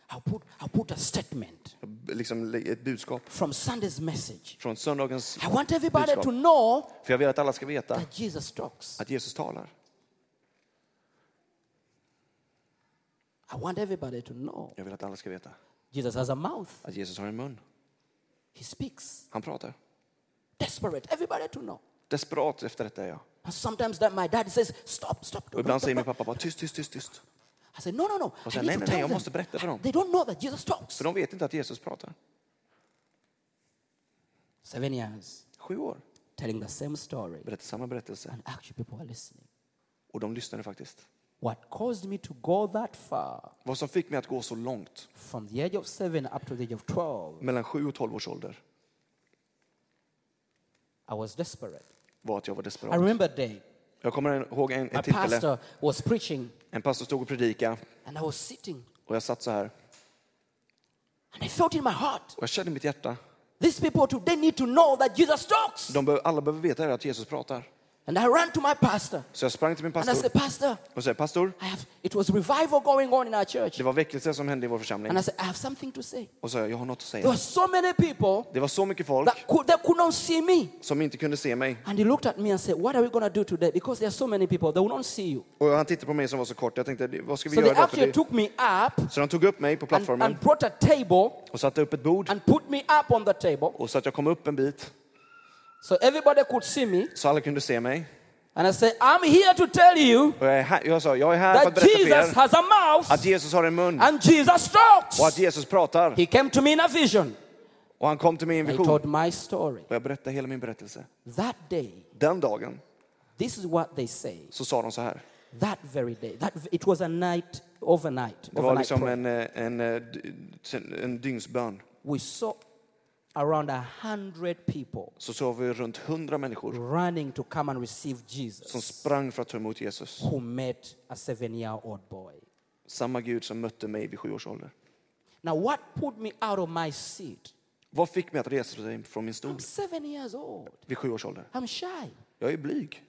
Speaker 1: I'll put, I'll put a statement
Speaker 2: Liksom lä- ett budskap
Speaker 1: from Sunday's message.
Speaker 2: från söndagens
Speaker 1: I want everybody
Speaker 2: budskap.
Speaker 1: to know
Speaker 2: För jag vill att alla ska veta
Speaker 1: that Jesus talks.
Speaker 2: att Jesus talar.
Speaker 1: I want everybody to know
Speaker 2: Jag vill att alla ska veta
Speaker 1: Jesus has a mouth.
Speaker 2: att Jesus har en mun.
Speaker 1: He speaks.
Speaker 2: Han pratar.
Speaker 1: Desperate. Everybody to know.
Speaker 2: Desperat efter detta är jag.
Speaker 1: And sometimes that my dad says, stop, stop.
Speaker 2: Och ibland säger min pappa bara tyst, tyst, tyst, tyst.
Speaker 1: I say, no, no, no.
Speaker 2: Och
Speaker 1: I need
Speaker 2: sen, nej,
Speaker 1: to
Speaker 2: nej,
Speaker 1: tell
Speaker 2: nej, jag
Speaker 1: them.
Speaker 2: måste berätta för dem.
Speaker 1: They don't know that Jesus talks.
Speaker 2: För de vet inte att Jesus pratar.
Speaker 1: Seven years
Speaker 2: Sju år.
Speaker 1: telling the same story.
Speaker 2: Berättar samma berättelse.
Speaker 1: And actually people are listening.
Speaker 2: Och de lyssnade faktiskt.
Speaker 1: What caused me to go that far
Speaker 2: Vad som fick mig att gå så långt,
Speaker 1: from the age of seven up to the age of 12,
Speaker 2: mellan sju och tolv års ålder,
Speaker 1: I was desperate.
Speaker 2: var att jag var
Speaker 1: I
Speaker 2: desperat.
Speaker 1: remember a day,
Speaker 2: Jag kommer ihåg en,
Speaker 1: my
Speaker 2: ett tillfälle.
Speaker 1: pastor was preaching
Speaker 2: En pastor stod och predikade
Speaker 1: and I was sitting
Speaker 2: och jag satt så här.
Speaker 1: and I felt in my heart,
Speaker 2: Och jag kände i mitt hjärta.
Speaker 1: these people today need to know that Jesus talks.
Speaker 2: De be, alla behöver veta det här att Jesus pratar.
Speaker 1: And I ran to my pastor
Speaker 2: Så jag sprang till min
Speaker 1: and I
Speaker 2: pastor
Speaker 1: said, Pastor,
Speaker 2: och sa, pastor,
Speaker 1: I have, it was revival going on in our church.
Speaker 2: det var väckelse som hände i vår församling.
Speaker 1: And I said, I have something to say.
Speaker 2: Och sa, jag, jag har något att
Speaker 1: There
Speaker 2: säga.
Speaker 1: were so many people
Speaker 2: Det var så mycket folk
Speaker 1: that could, that could not see me.
Speaker 2: som inte kunde se mig.
Speaker 1: And he looked at me and said, What are we going to do today? Because there are so many people, they will not see you.
Speaker 2: Och han tittade på mig som var så kort. Jag tänkte, "Det- vad ska vi
Speaker 1: So they
Speaker 2: göra då? För
Speaker 1: actually
Speaker 2: det?
Speaker 1: took me up
Speaker 2: Så de tog upp mig på
Speaker 1: and,
Speaker 2: plattformen
Speaker 1: and brought a table
Speaker 2: och satte upp ett bord.
Speaker 1: and put me up on the table
Speaker 2: Och så att jag kom upp en bit
Speaker 1: so everybody could see me.
Speaker 2: så alla kunde se mig.
Speaker 1: And I said, I'm here to tell you
Speaker 2: Och jag, är här, jag sa, jag är här för
Speaker 1: that
Speaker 2: att berätta
Speaker 1: Jesus
Speaker 2: för er
Speaker 1: has a
Speaker 2: att
Speaker 1: mouth
Speaker 2: Jesus har en mun
Speaker 1: and Jesus
Speaker 2: och att
Speaker 1: talks.
Speaker 2: Jesus pratar.
Speaker 1: He came to me in a vision.
Speaker 2: Och han kom till mig i en
Speaker 1: I
Speaker 2: vision
Speaker 1: told my story.
Speaker 2: och jag berättade hela min berättelse.
Speaker 1: That day,
Speaker 2: Den dagen
Speaker 1: this is what they say.
Speaker 2: så sa de så här.
Speaker 1: That very day, that it was a night overnight.
Speaker 2: Det var
Speaker 1: overnight
Speaker 2: liksom
Speaker 1: prayer.
Speaker 2: en, eh, en, eh, d- en dygnsbön.
Speaker 1: we saw around a hundred people
Speaker 2: Så såg vi runt hundra människor
Speaker 1: running to come and receive
Speaker 2: som
Speaker 1: Jesus
Speaker 2: sprang för att ta emot Jesus.
Speaker 1: who met a seven year old boy.
Speaker 2: Samma Gud som mötte mig vid sju års ålder.
Speaker 1: Now, what put me out of my seat?
Speaker 2: Vad fick mig att resa mig från min stol
Speaker 1: I'm seven years old.
Speaker 2: vid sju års ålder?
Speaker 1: I'm shy.
Speaker 2: Jag är blyg.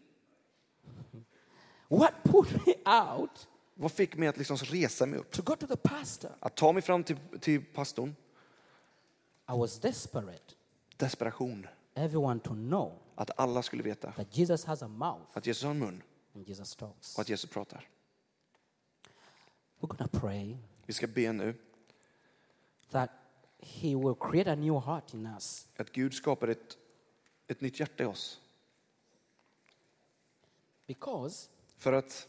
Speaker 1: What put me out
Speaker 2: Vad fick mig att liksom resa mig upp?
Speaker 1: to go to the pastor?
Speaker 2: Att ta mig fram till, till pastorn?
Speaker 1: I was desperate.
Speaker 2: Desperation.
Speaker 1: Everyone to know
Speaker 2: Att alla skulle veta
Speaker 1: that Jesus has a mouth
Speaker 2: att Jesus har en mun
Speaker 1: and Jesus talks.
Speaker 2: och att Jesus pratar.
Speaker 1: We're going to pray
Speaker 2: Vi ska be nu
Speaker 1: that He will create a new heart in us.
Speaker 2: att Gud skapar ett, ett nytt hjärta i oss.
Speaker 1: Because
Speaker 2: För att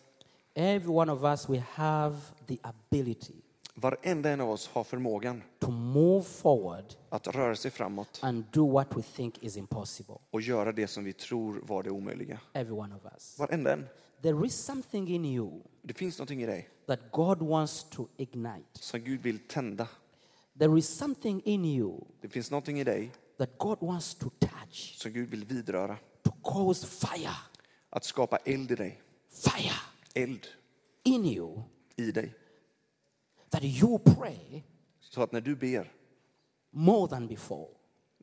Speaker 1: every one of us, we have the ability
Speaker 2: varenda en av oss har förmågan
Speaker 1: to move forward
Speaker 2: att röra sig framåt
Speaker 1: and do what we think is impossible.
Speaker 2: och göra det som vi tror var det omöjliga.
Speaker 1: Every one of us.
Speaker 2: Varenda en.
Speaker 1: There is something in you
Speaker 2: Det finns någonting i dig
Speaker 1: that God wants to ignite.
Speaker 2: som Gud vill tända.
Speaker 1: There is something in you
Speaker 2: Det finns någonting i dig
Speaker 1: that God wants to touch,
Speaker 2: som Gud vill vidröra.
Speaker 1: to cause fire,
Speaker 2: Att skapa eld i dig.
Speaker 1: fire
Speaker 2: Eld
Speaker 1: in you
Speaker 2: i dig.
Speaker 1: that you pray
Speaker 2: Så att när du ber
Speaker 1: more than before.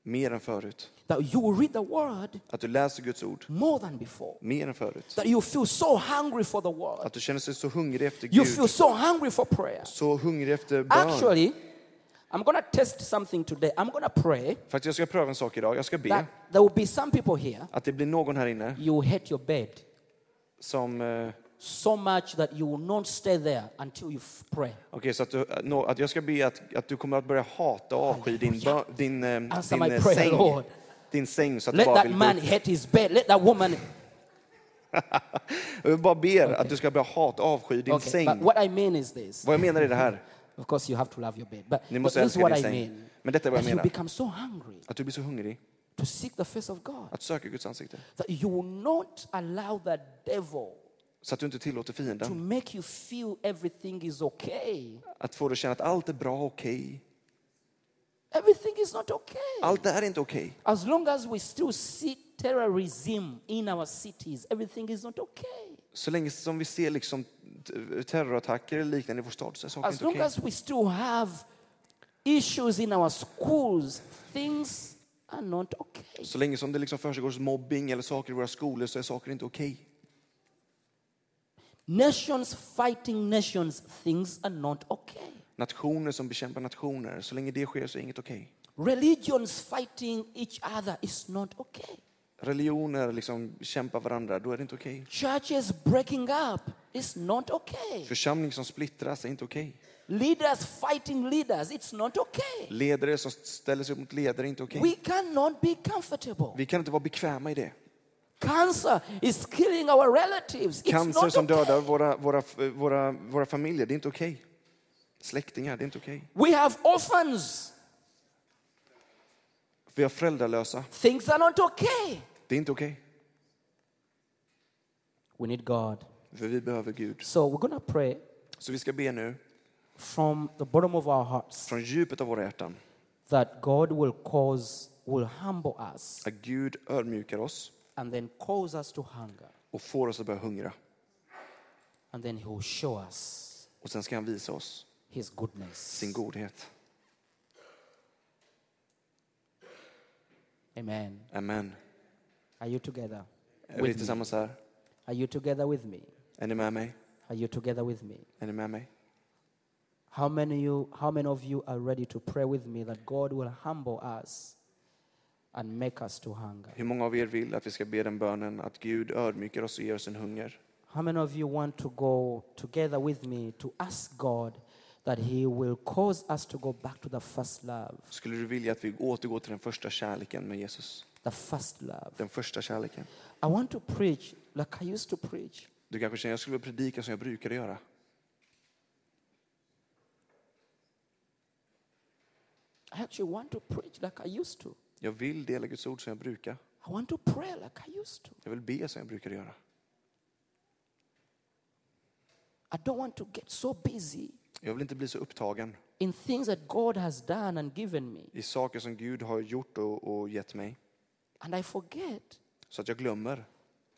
Speaker 2: mer än förut.
Speaker 1: That you will read the word
Speaker 2: Att du läser Guds ord
Speaker 1: more than before.
Speaker 2: mer än förut.
Speaker 1: That you feel so hungry for the word.
Speaker 2: Att du känner sig så hungrig efter
Speaker 1: You
Speaker 2: Gud,
Speaker 1: feel so hungry for prayer.
Speaker 2: så hungrig efter bön.
Speaker 1: Actually, I'm going to test something today. I'm going to pray
Speaker 2: Faktiskt, jag ska pröva en sak idag. Jag ska be
Speaker 1: that there will be some people here,
Speaker 2: att det blir någon här inne
Speaker 1: you will hate your bed
Speaker 2: som... eh,
Speaker 1: so much that you will not stay there until you f- pray.
Speaker 2: Okej, så att, du, eh, nå- att jag ska be att, att du kommer att börja hata och avsky din, bö- din, eh, din,
Speaker 1: Answer my
Speaker 2: eh,
Speaker 1: prayer,
Speaker 2: säng.
Speaker 1: Lord.
Speaker 2: Din säng så att du
Speaker 1: Let
Speaker 2: bara
Speaker 1: that
Speaker 2: vill
Speaker 1: man
Speaker 2: man...
Speaker 1: hate his bed. Let that woman.
Speaker 2: Jag bara ber att du ska börja hata och avsky din
Speaker 1: Okay.
Speaker 2: säng.
Speaker 1: But what I mean is this.
Speaker 2: Vad jag menar är det här.
Speaker 1: Of course, you have to love your bed. But,
Speaker 2: Ni
Speaker 1: but
Speaker 2: måste
Speaker 1: this is
Speaker 2: älska
Speaker 1: what
Speaker 2: din
Speaker 1: I
Speaker 2: säng.
Speaker 1: mean.
Speaker 2: Men detta är vad
Speaker 1: That
Speaker 2: jag
Speaker 1: you
Speaker 2: menar.
Speaker 1: become so hungry
Speaker 2: Att du blir så hungrig
Speaker 1: to seek the face of God
Speaker 2: att söka Guds ansikte.
Speaker 1: that you will not allow the devil
Speaker 2: Så att du inte tillåter
Speaker 1: to
Speaker 2: fienden
Speaker 1: make you feel everything is okay.
Speaker 2: att få dig att känna att allt är bra och okej.
Speaker 1: Everything is not okay.
Speaker 2: Allt det här är inte okej.
Speaker 1: As long as we still see terrorism in our cities, everything is not okay.
Speaker 2: Så länge som vi ser liksom t- terrorattacker eller liknande i vår stad så är saker
Speaker 1: As
Speaker 2: inte
Speaker 1: long
Speaker 2: okej.
Speaker 1: as we still have issues in our schools, things are not okay.
Speaker 2: Så länge som det liksom försiggår mobbing eller saker i våra skolor så är saker inte okej.
Speaker 1: Nations fighting nations, things are not okay.
Speaker 2: Nationer som bekämpar nationer, så länge det sker så är inget okej.
Speaker 1: Religions fighting each other is not okay.
Speaker 2: Religioner liksom kämpar varandra, då är det inte okej.
Speaker 1: Churches breaking up is not okay.
Speaker 2: Församling som splittras är inte okej.
Speaker 1: Leaders fighting leaders, it's not okay.
Speaker 2: Ledare som ställer sig upp mot ledare är inte okej.
Speaker 1: We cannot be comfortable.
Speaker 2: Vi kan inte vara bekväma i det.
Speaker 1: Cancer is killing our relatives. It's
Speaker 2: Cancer
Speaker 1: not
Speaker 2: som
Speaker 1: okay.
Speaker 2: dödar våra, våra, våra, våra familjer, det är inte okej. Släktingar, det är inte okej.
Speaker 1: We have orphans.
Speaker 2: Vi har föräldralösa,
Speaker 1: Things are not okay.
Speaker 2: det är inte okej.
Speaker 1: We need God.
Speaker 2: För vi behöver Gud.
Speaker 1: So we're going to pray
Speaker 2: Så vi ska be nu,
Speaker 1: from the bottom of our hearts
Speaker 2: från djupet av våra hjärtan,
Speaker 1: that God will cause, will humble us
Speaker 2: att Gud ödmjukar oss
Speaker 1: and then cause us to hunger.
Speaker 2: och får oss att börja hungra.
Speaker 1: And then He will show us
Speaker 2: Och sen ska han visa oss
Speaker 1: His goodness.
Speaker 2: sin godhet.
Speaker 1: Amen.
Speaker 2: Amen.
Speaker 1: Are you together?
Speaker 2: Är vi tillsammans här?
Speaker 1: Are you together with me?
Speaker 2: Är ni med mig?
Speaker 1: Are you together with me?
Speaker 2: Är ni med mig?
Speaker 1: How many, you, how many of you are ready to pray with me that God will humble us and make us to hunger?
Speaker 2: Hur många av er vill att vi ska be den bönen att Gud ödmjukar oss och ger oss en hunger?
Speaker 1: How many of you want to go together with me to ask God that He will cause us to go back to the first love?
Speaker 2: Skulle du vilja att vi återgår till den första kärleken med Jesus?
Speaker 1: The first love.
Speaker 2: Den första kärleken.
Speaker 1: I want to preach like I used to preach.
Speaker 2: Du kanske känner jag skulle vilja predika som jag brukade göra.
Speaker 1: I actually want to preach like I used to.
Speaker 2: Jag vill dela Guds ord som jag brukar.
Speaker 1: I want to pray like I used to.
Speaker 2: Jag vill be som jag brukade göra.
Speaker 1: I don't want to get so busy
Speaker 2: Jag vill inte bli så upptagen
Speaker 1: in things that God has done and given me.
Speaker 2: i saker som Gud har gjort och, och gett mig.
Speaker 1: And I forget
Speaker 2: Så att jag glömmer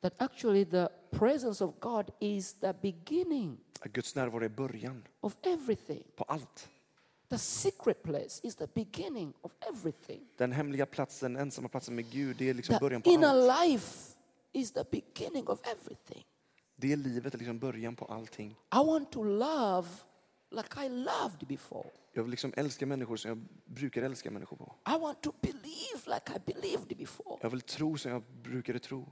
Speaker 1: that actually the presence of God is the beginning
Speaker 2: att Guds närvaro är början
Speaker 1: of everything.
Speaker 2: på allt.
Speaker 1: The secret place is the beginning of everything.
Speaker 2: Den hemliga platsen, den ensamma platsen med Gud, det är liksom
Speaker 1: The
Speaker 2: början på
Speaker 1: inner
Speaker 2: allt.
Speaker 1: life is the beginning of everything.
Speaker 2: Det livet är liksom början på allting.
Speaker 1: I want to love like I loved before.
Speaker 2: Jag vill liksom älska människor som jag brukar älska människor på.
Speaker 1: I want to believe like I believed before.
Speaker 2: Jag vill tro som jag brukade tro.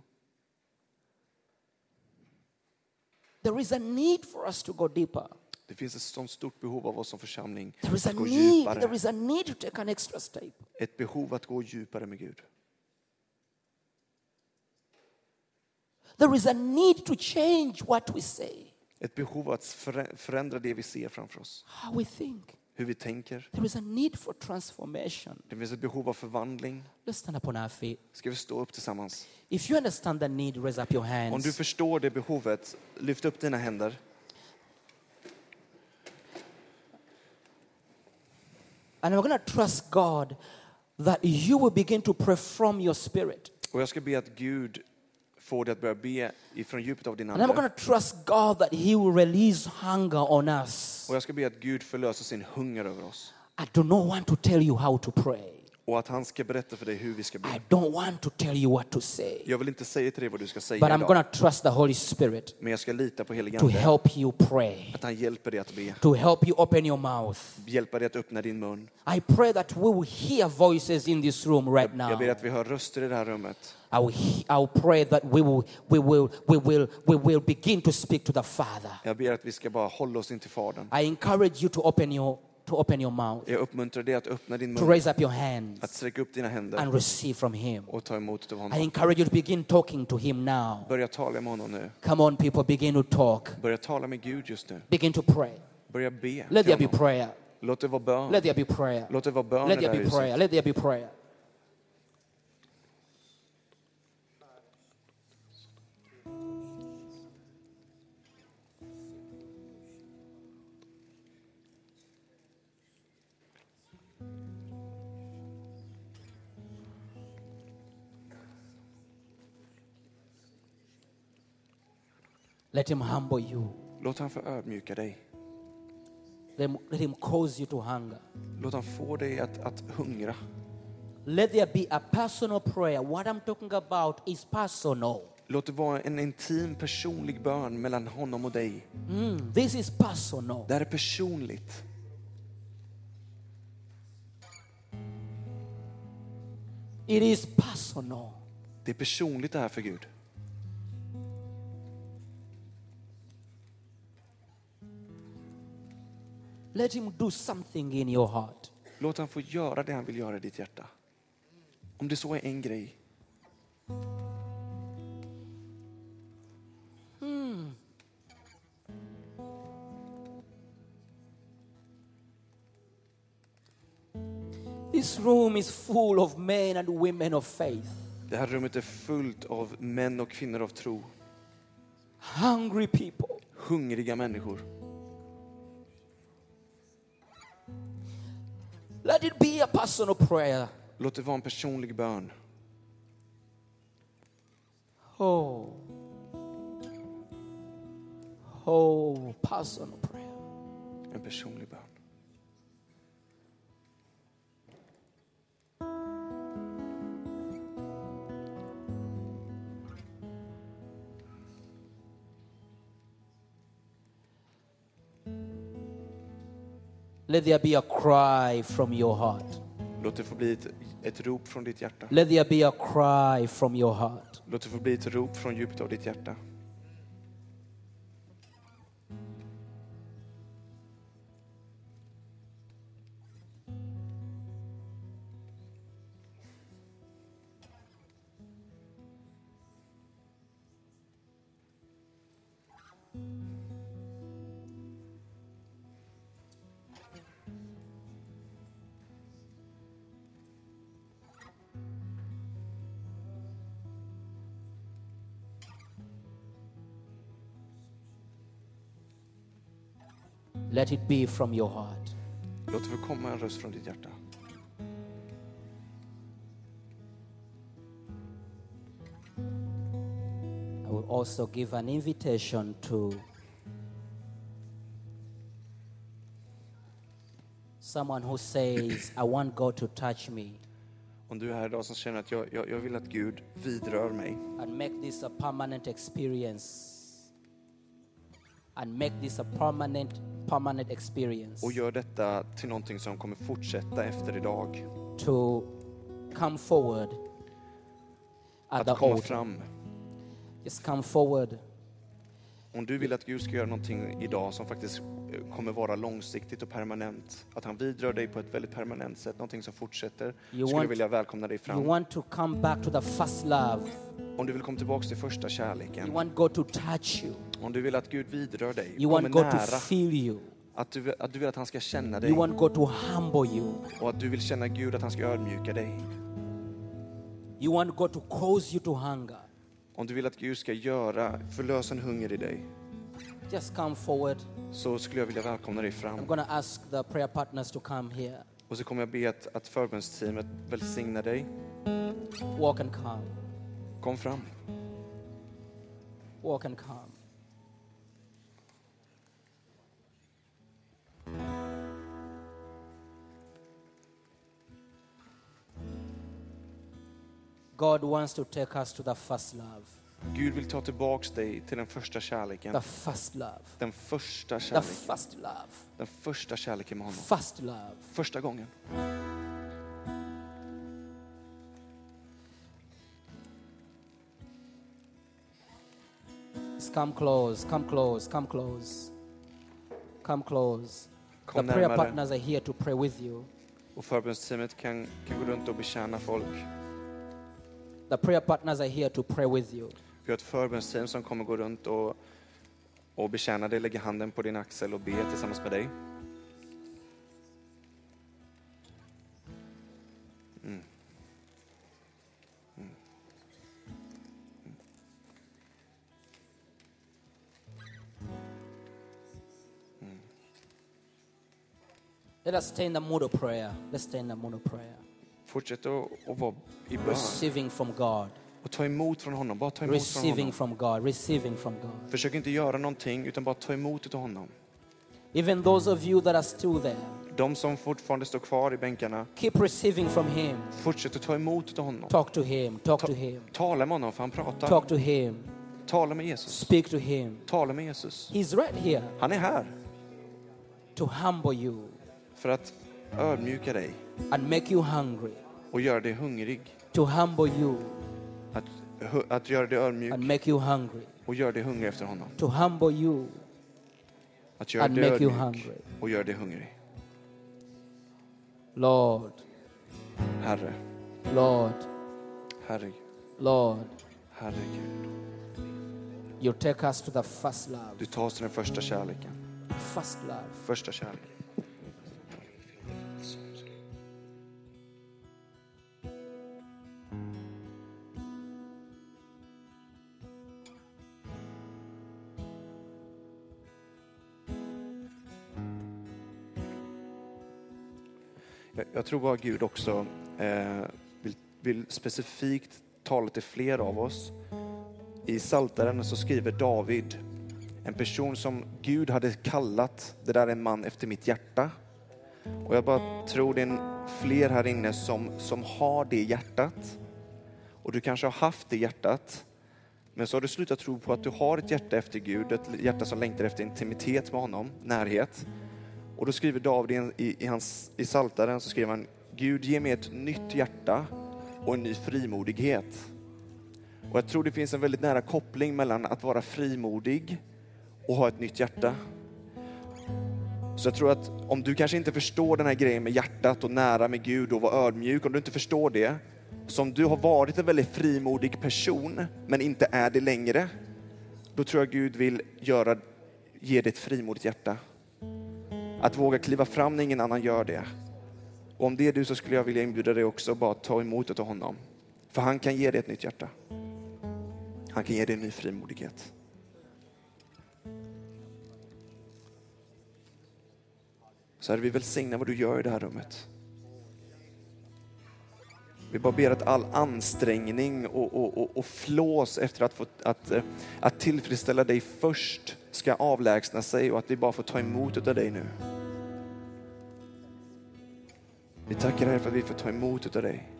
Speaker 1: There is a need for us to go deeper.
Speaker 2: Det finns ett sånt stort behov av oss som församling
Speaker 1: There is a
Speaker 2: att gå
Speaker 1: need. There
Speaker 2: djupare.
Speaker 1: is a need to take an extra step.
Speaker 2: Ett behov att gå djupare med Gud.
Speaker 1: There is a need to change what we say,
Speaker 2: Ett behov att förä- förändra det vi ser framför oss.
Speaker 1: how we think.
Speaker 2: Hur vi tänker.
Speaker 1: There is a need for transformation.
Speaker 2: Det finns ett behov av förvandling.
Speaker 1: Let's stand upon our feet.
Speaker 2: Ska vi stå upp tillsammans?
Speaker 1: If you understand the need, raise up your
Speaker 2: Om du
Speaker 1: hands.
Speaker 2: förstår det behovet, lyft upp dina händer.
Speaker 1: And we're going to trust God that you will begin to pray from your spirit.
Speaker 2: Och jag ska be att Gud får dig att börja be ifrån djupet av din
Speaker 1: And then we're going
Speaker 2: ande.
Speaker 1: to trust God that He will release hunger on us.
Speaker 2: Och jag ska be att Gud förlöser sin hunger över oss.
Speaker 1: I do not want to tell you how to pray.
Speaker 2: och att han ska berätta för dig hur vi ska be.
Speaker 1: I don't want to tell you what to say,
Speaker 2: Jag vill inte säga till dig vad du ska säga
Speaker 1: but I'm
Speaker 2: idag,
Speaker 1: going to trust the Holy Spirit
Speaker 2: men jag ska lita på helige
Speaker 1: to
Speaker 2: Ande,
Speaker 1: help you pray,
Speaker 2: att han hjälper dig att be,
Speaker 1: to help you open your mouth.
Speaker 2: hjälper dig att öppna din mun.
Speaker 1: I pray that we will hear voices in this room right
Speaker 2: Jag ber
Speaker 1: now.
Speaker 2: att vi hör röster i det här rummet.
Speaker 1: I will, he- I will pray that we will, we, will, we, will, we will begin to speak to the Father.
Speaker 2: Jag ber att vi ska bara hålla oss in till Fadern.
Speaker 1: I encourage you to open your, to open your mouth,
Speaker 2: Jag uppmuntrar dig att öppna din
Speaker 1: to
Speaker 2: mun,
Speaker 1: raise up your hands
Speaker 2: att sträcka upp dina händer
Speaker 1: and receive from Him.
Speaker 2: och ta emot av
Speaker 1: I
Speaker 2: honom.
Speaker 1: encourage you to begin talking to Him now.
Speaker 2: Börja tala med honom nu.
Speaker 1: Come on, people, begin to talk,
Speaker 2: Börja tala med Gud just nu.
Speaker 1: begin to pray.
Speaker 2: Börja be
Speaker 1: Let
Speaker 2: till
Speaker 1: there be
Speaker 2: honom.
Speaker 1: prayer.
Speaker 2: Låt det vara bön.
Speaker 1: Let there be prayer.
Speaker 2: Låt det vara bön i
Speaker 1: Let
Speaker 2: det
Speaker 1: there
Speaker 2: här
Speaker 1: be
Speaker 2: huset.
Speaker 1: prayer. Let there be prayer. Let him humble you.
Speaker 2: Låt han få ödmjuka dig.
Speaker 1: Let him, let him cause you to hunger.
Speaker 2: Låt han få dig att, att hungra.
Speaker 1: Let there be a personal prayer. What I'm talking about is personal.
Speaker 2: Låt det vara en intim personlig bön mellan honom och dig.
Speaker 1: Mm, this is personal.
Speaker 2: Det här är personligt.
Speaker 1: It is personal.
Speaker 2: Det är personligt det här för Gud.
Speaker 1: Let him do something in your heart.
Speaker 2: Låt han få göra det han vill göra i ditt hjärta. Om det så är en grej.
Speaker 1: This room is full of men and women of faith,
Speaker 2: Det här rummet är fullt av män och kvinnor av tro.
Speaker 1: hungry people.
Speaker 2: Hungriga människor.
Speaker 1: Let it be a personal prayer.
Speaker 2: Låt det vara en personlig bön.
Speaker 1: Oh. Oh, personal prayer.
Speaker 2: En personlig bön.
Speaker 1: Let there be a cry from your heart.
Speaker 2: Låt det få bli ett, ett rop från ditt hjärta.
Speaker 1: Let there be a cry from your heart.
Speaker 2: Låt det få bli ett rop från djupet av ditt hjärta.
Speaker 1: Let it be from your heart.
Speaker 2: Låt det få komma en röst från ditt hjärta.
Speaker 1: I will also give an invitation to someone who says, I want God to touch me
Speaker 2: Om du är här idag som känner att jag, jag, jag vill att Gud vidrör mig
Speaker 1: and make this a permanent experience. And make this a permanent, permanent experience.
Speaker 2: och gör detta till någonting som kommer fortsätta efter idag.
Speaker 1: To come forward at the
Speaker 2: Att komma
Speaker 1: altar.
Speaker 2: fram.
Speaker 1: Just come forward.
Speaker 2: Om du vill att Gud ska göra någonting idag som faktiskt eh, kommer vara långsiktigt och permanent, att han vidrör dig på ett väldigt permanent sätt, någonting som fortsätter,
Speaker 1: You
Speaker 2: skulle jag
Speaker 1: want-
Speaker 2: vilja välkomna dig
Speaker 1: You
Speaker 2: fram.
Speaker 1: want to come back to the first love.
Speaker 2: Om du vill komma tillbaka till första
Speaker 1: You
Speaker 2: kärleken,
Speaker 1: want God to touch you.
Speaker 2: om du vill att Gud vidrör dig,
Speaker 1: You
Speaker 2: kommer
Speaker 1: want God to
Speaker 2: nära,
Speaker 1: feel you.
Speaker 2: att du, att du vill att han ska känna dig
Speaker 1: You want God to humble you.
Speaker 2: och att du vill känna Gud, att han ska ödmjuka dig.
Speaker 1: You want God to cause you to hunger.
Speaker 2: Om du vill att Gud ska göra, förlösa en hunger i dig,
Speaker 1: Just come forward.
Speaker 2: så skulle jag vilja välkomna dig fram.
Speaker 1: I'm going to ask the prayer partners to come here.
Speaker 2: Och så kommer jag be att, att förbundsteamet välsignar dig.
Speaker 1: Walk and come.
Speaker 2: Kom fram.
Speaker 1: Walk and come. God wants to take us to the first love.
Speaker 2: Gud vill ta tillbaks dig till den första kärleken.
Speaker 1: The first love.
Speaker 2: Den första
Speaker 1: The
Speaker 2: kärleken.
Speaker 1: first love.
Speaker 2: Den första kärleken med honom.
Speaker 1: First love.
Speaker 2: Första gången.
Speaker 1: Just Come close, come close, come close. Come close. The
Speaker 2: Kom
Speaker 1: prayer
Speaker 2: närmare.
Speaker 1: partners are here to pray with you.
Speaker 2: Och förbundsteamet kan, kan gå runt och betjäna folk.
Speaker 1: The prayer partners are here to pray with you.
Speaker 2: Vi har ett förbundsteam som kommer gå runt och, och betjäna dig, lägga handen på din axel och be tillsammans med dig.
Speaker 1: Let us stay in the mood of prayer. Let's stay in the mood of prayer.
Speaker 2: Fortsätt att, att vara i bön
Speaker 1: Receiving from God.
Speaker 2: och ta emot från honom. Bara ta emot från
Speaker 1: Receiving from
Speaker 2: honom.
Speaker 1: God. Receiving from God.
Speaker 2: Försök inte göra någonting utan bara ta emot utav honom.
Speaker 1: Even those of you that are still there,
Speaker 2: De som fortfarande står kvar i bänkarna,
Speaker 1: keep receiving from Him.
Speaker 2: fortsätt att ta emot utav honom.
Speaker 1: Talk to Him. Talk
Speaker 2: Ta-
Speaker 1: to Him.
Speaker 2: Tala med honom för han pratar.
Speaker 1: Talk to Him.
Speaker 2: Tala med Jesus.
Speaker 1: Speak to Him.
Speaker 2: Tala med Jesus.
Speaker 1: He's right here
Speaker 2: Han är här
Speaker 1: to humble you
Speaker 2: för att ödmjuka dig
Speaker 1: and make you hungry.
Speaker 2: och göra dig hungrig.
Speaker 1: To humble you
Speaker 2: Att, hu- att göra dig ödmjuk
Speaker 1: and make you hungry.
Speaker 2: och göra dig hungrig efter honom.
Speaker 1: To humble you
Speaker 2: Att göra
Speaker 1: And
Speaker 2: dig
Speaker 1: make you
Speaker 2: ödmjuk
Speaker 1: hungry.
Speaker 2: och göra dig hungrig.
Speaker 1: Lord,
Speaker 2: Herre,
Speaker 1: Lord,
Speaker 2: Herregud,
Speaker 1: Lord,
Speaker 2: Herregud.
Speaker 1: you take us to the first love.
Speaker 2: Du tar oss till den första kärleken.
Speaker 1: First love.
Speaker 2: Första kärleken. Jag, jag tror bara Gud också eh, vill, vill specifikt tala till fler av oss. I Psaltaren så skriver David, en person som Gud hade kallat, det där är en man efter mitt hjärta. Och jag bara tror det är en- fler här inne som, som har det hjärtat. Och du kanske har haft det hjärtat, men så har du slutat tro på att du har ett hjärta efter Gud, ett hjärta som längtar efter intimitet med honom, närhet. Och då skriver David i, en- i, i, hans, i Psaltaren så skriver han, Gud ge mig ett nytt hjärta och en ny frimodighet. Och jag tror det finns en väldigt nära koppling mellan att vara frimodig och ha ett nytt hjärta. Så jag tror att om du kanske inte förstår den här grejen med hjärtat och nära med Gud och vara ödmjuk, om du inte förstår det, så om du har varit en väldigt frimodig person men inte är det längre, då tror jag Gud vill göra, ge dig ett frimodigt hjärta. Att våga kliva fram när ingen annan gör det. Och om det är du så skulle jag vilja inbjuda dig också att bara ta emot det av honom. För han kan ge dig ett nytt hjärta. Han kan ge dig en ny frimodighet. Så Herre, vi välsignar vad du gör i det här rummet. Vi bara ber att all ansträngning och, och, och, och flås efter att, få, att, eh, att tillfredsställa dig först ska avlägsna sig och att vi bara får ta emot av dig nu. Vi tackar dig för att vi får ta emot av dig.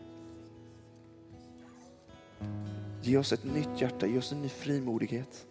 Speaker 2: Ge oss ett nytt hjärta, ge oss en ny frimodighet.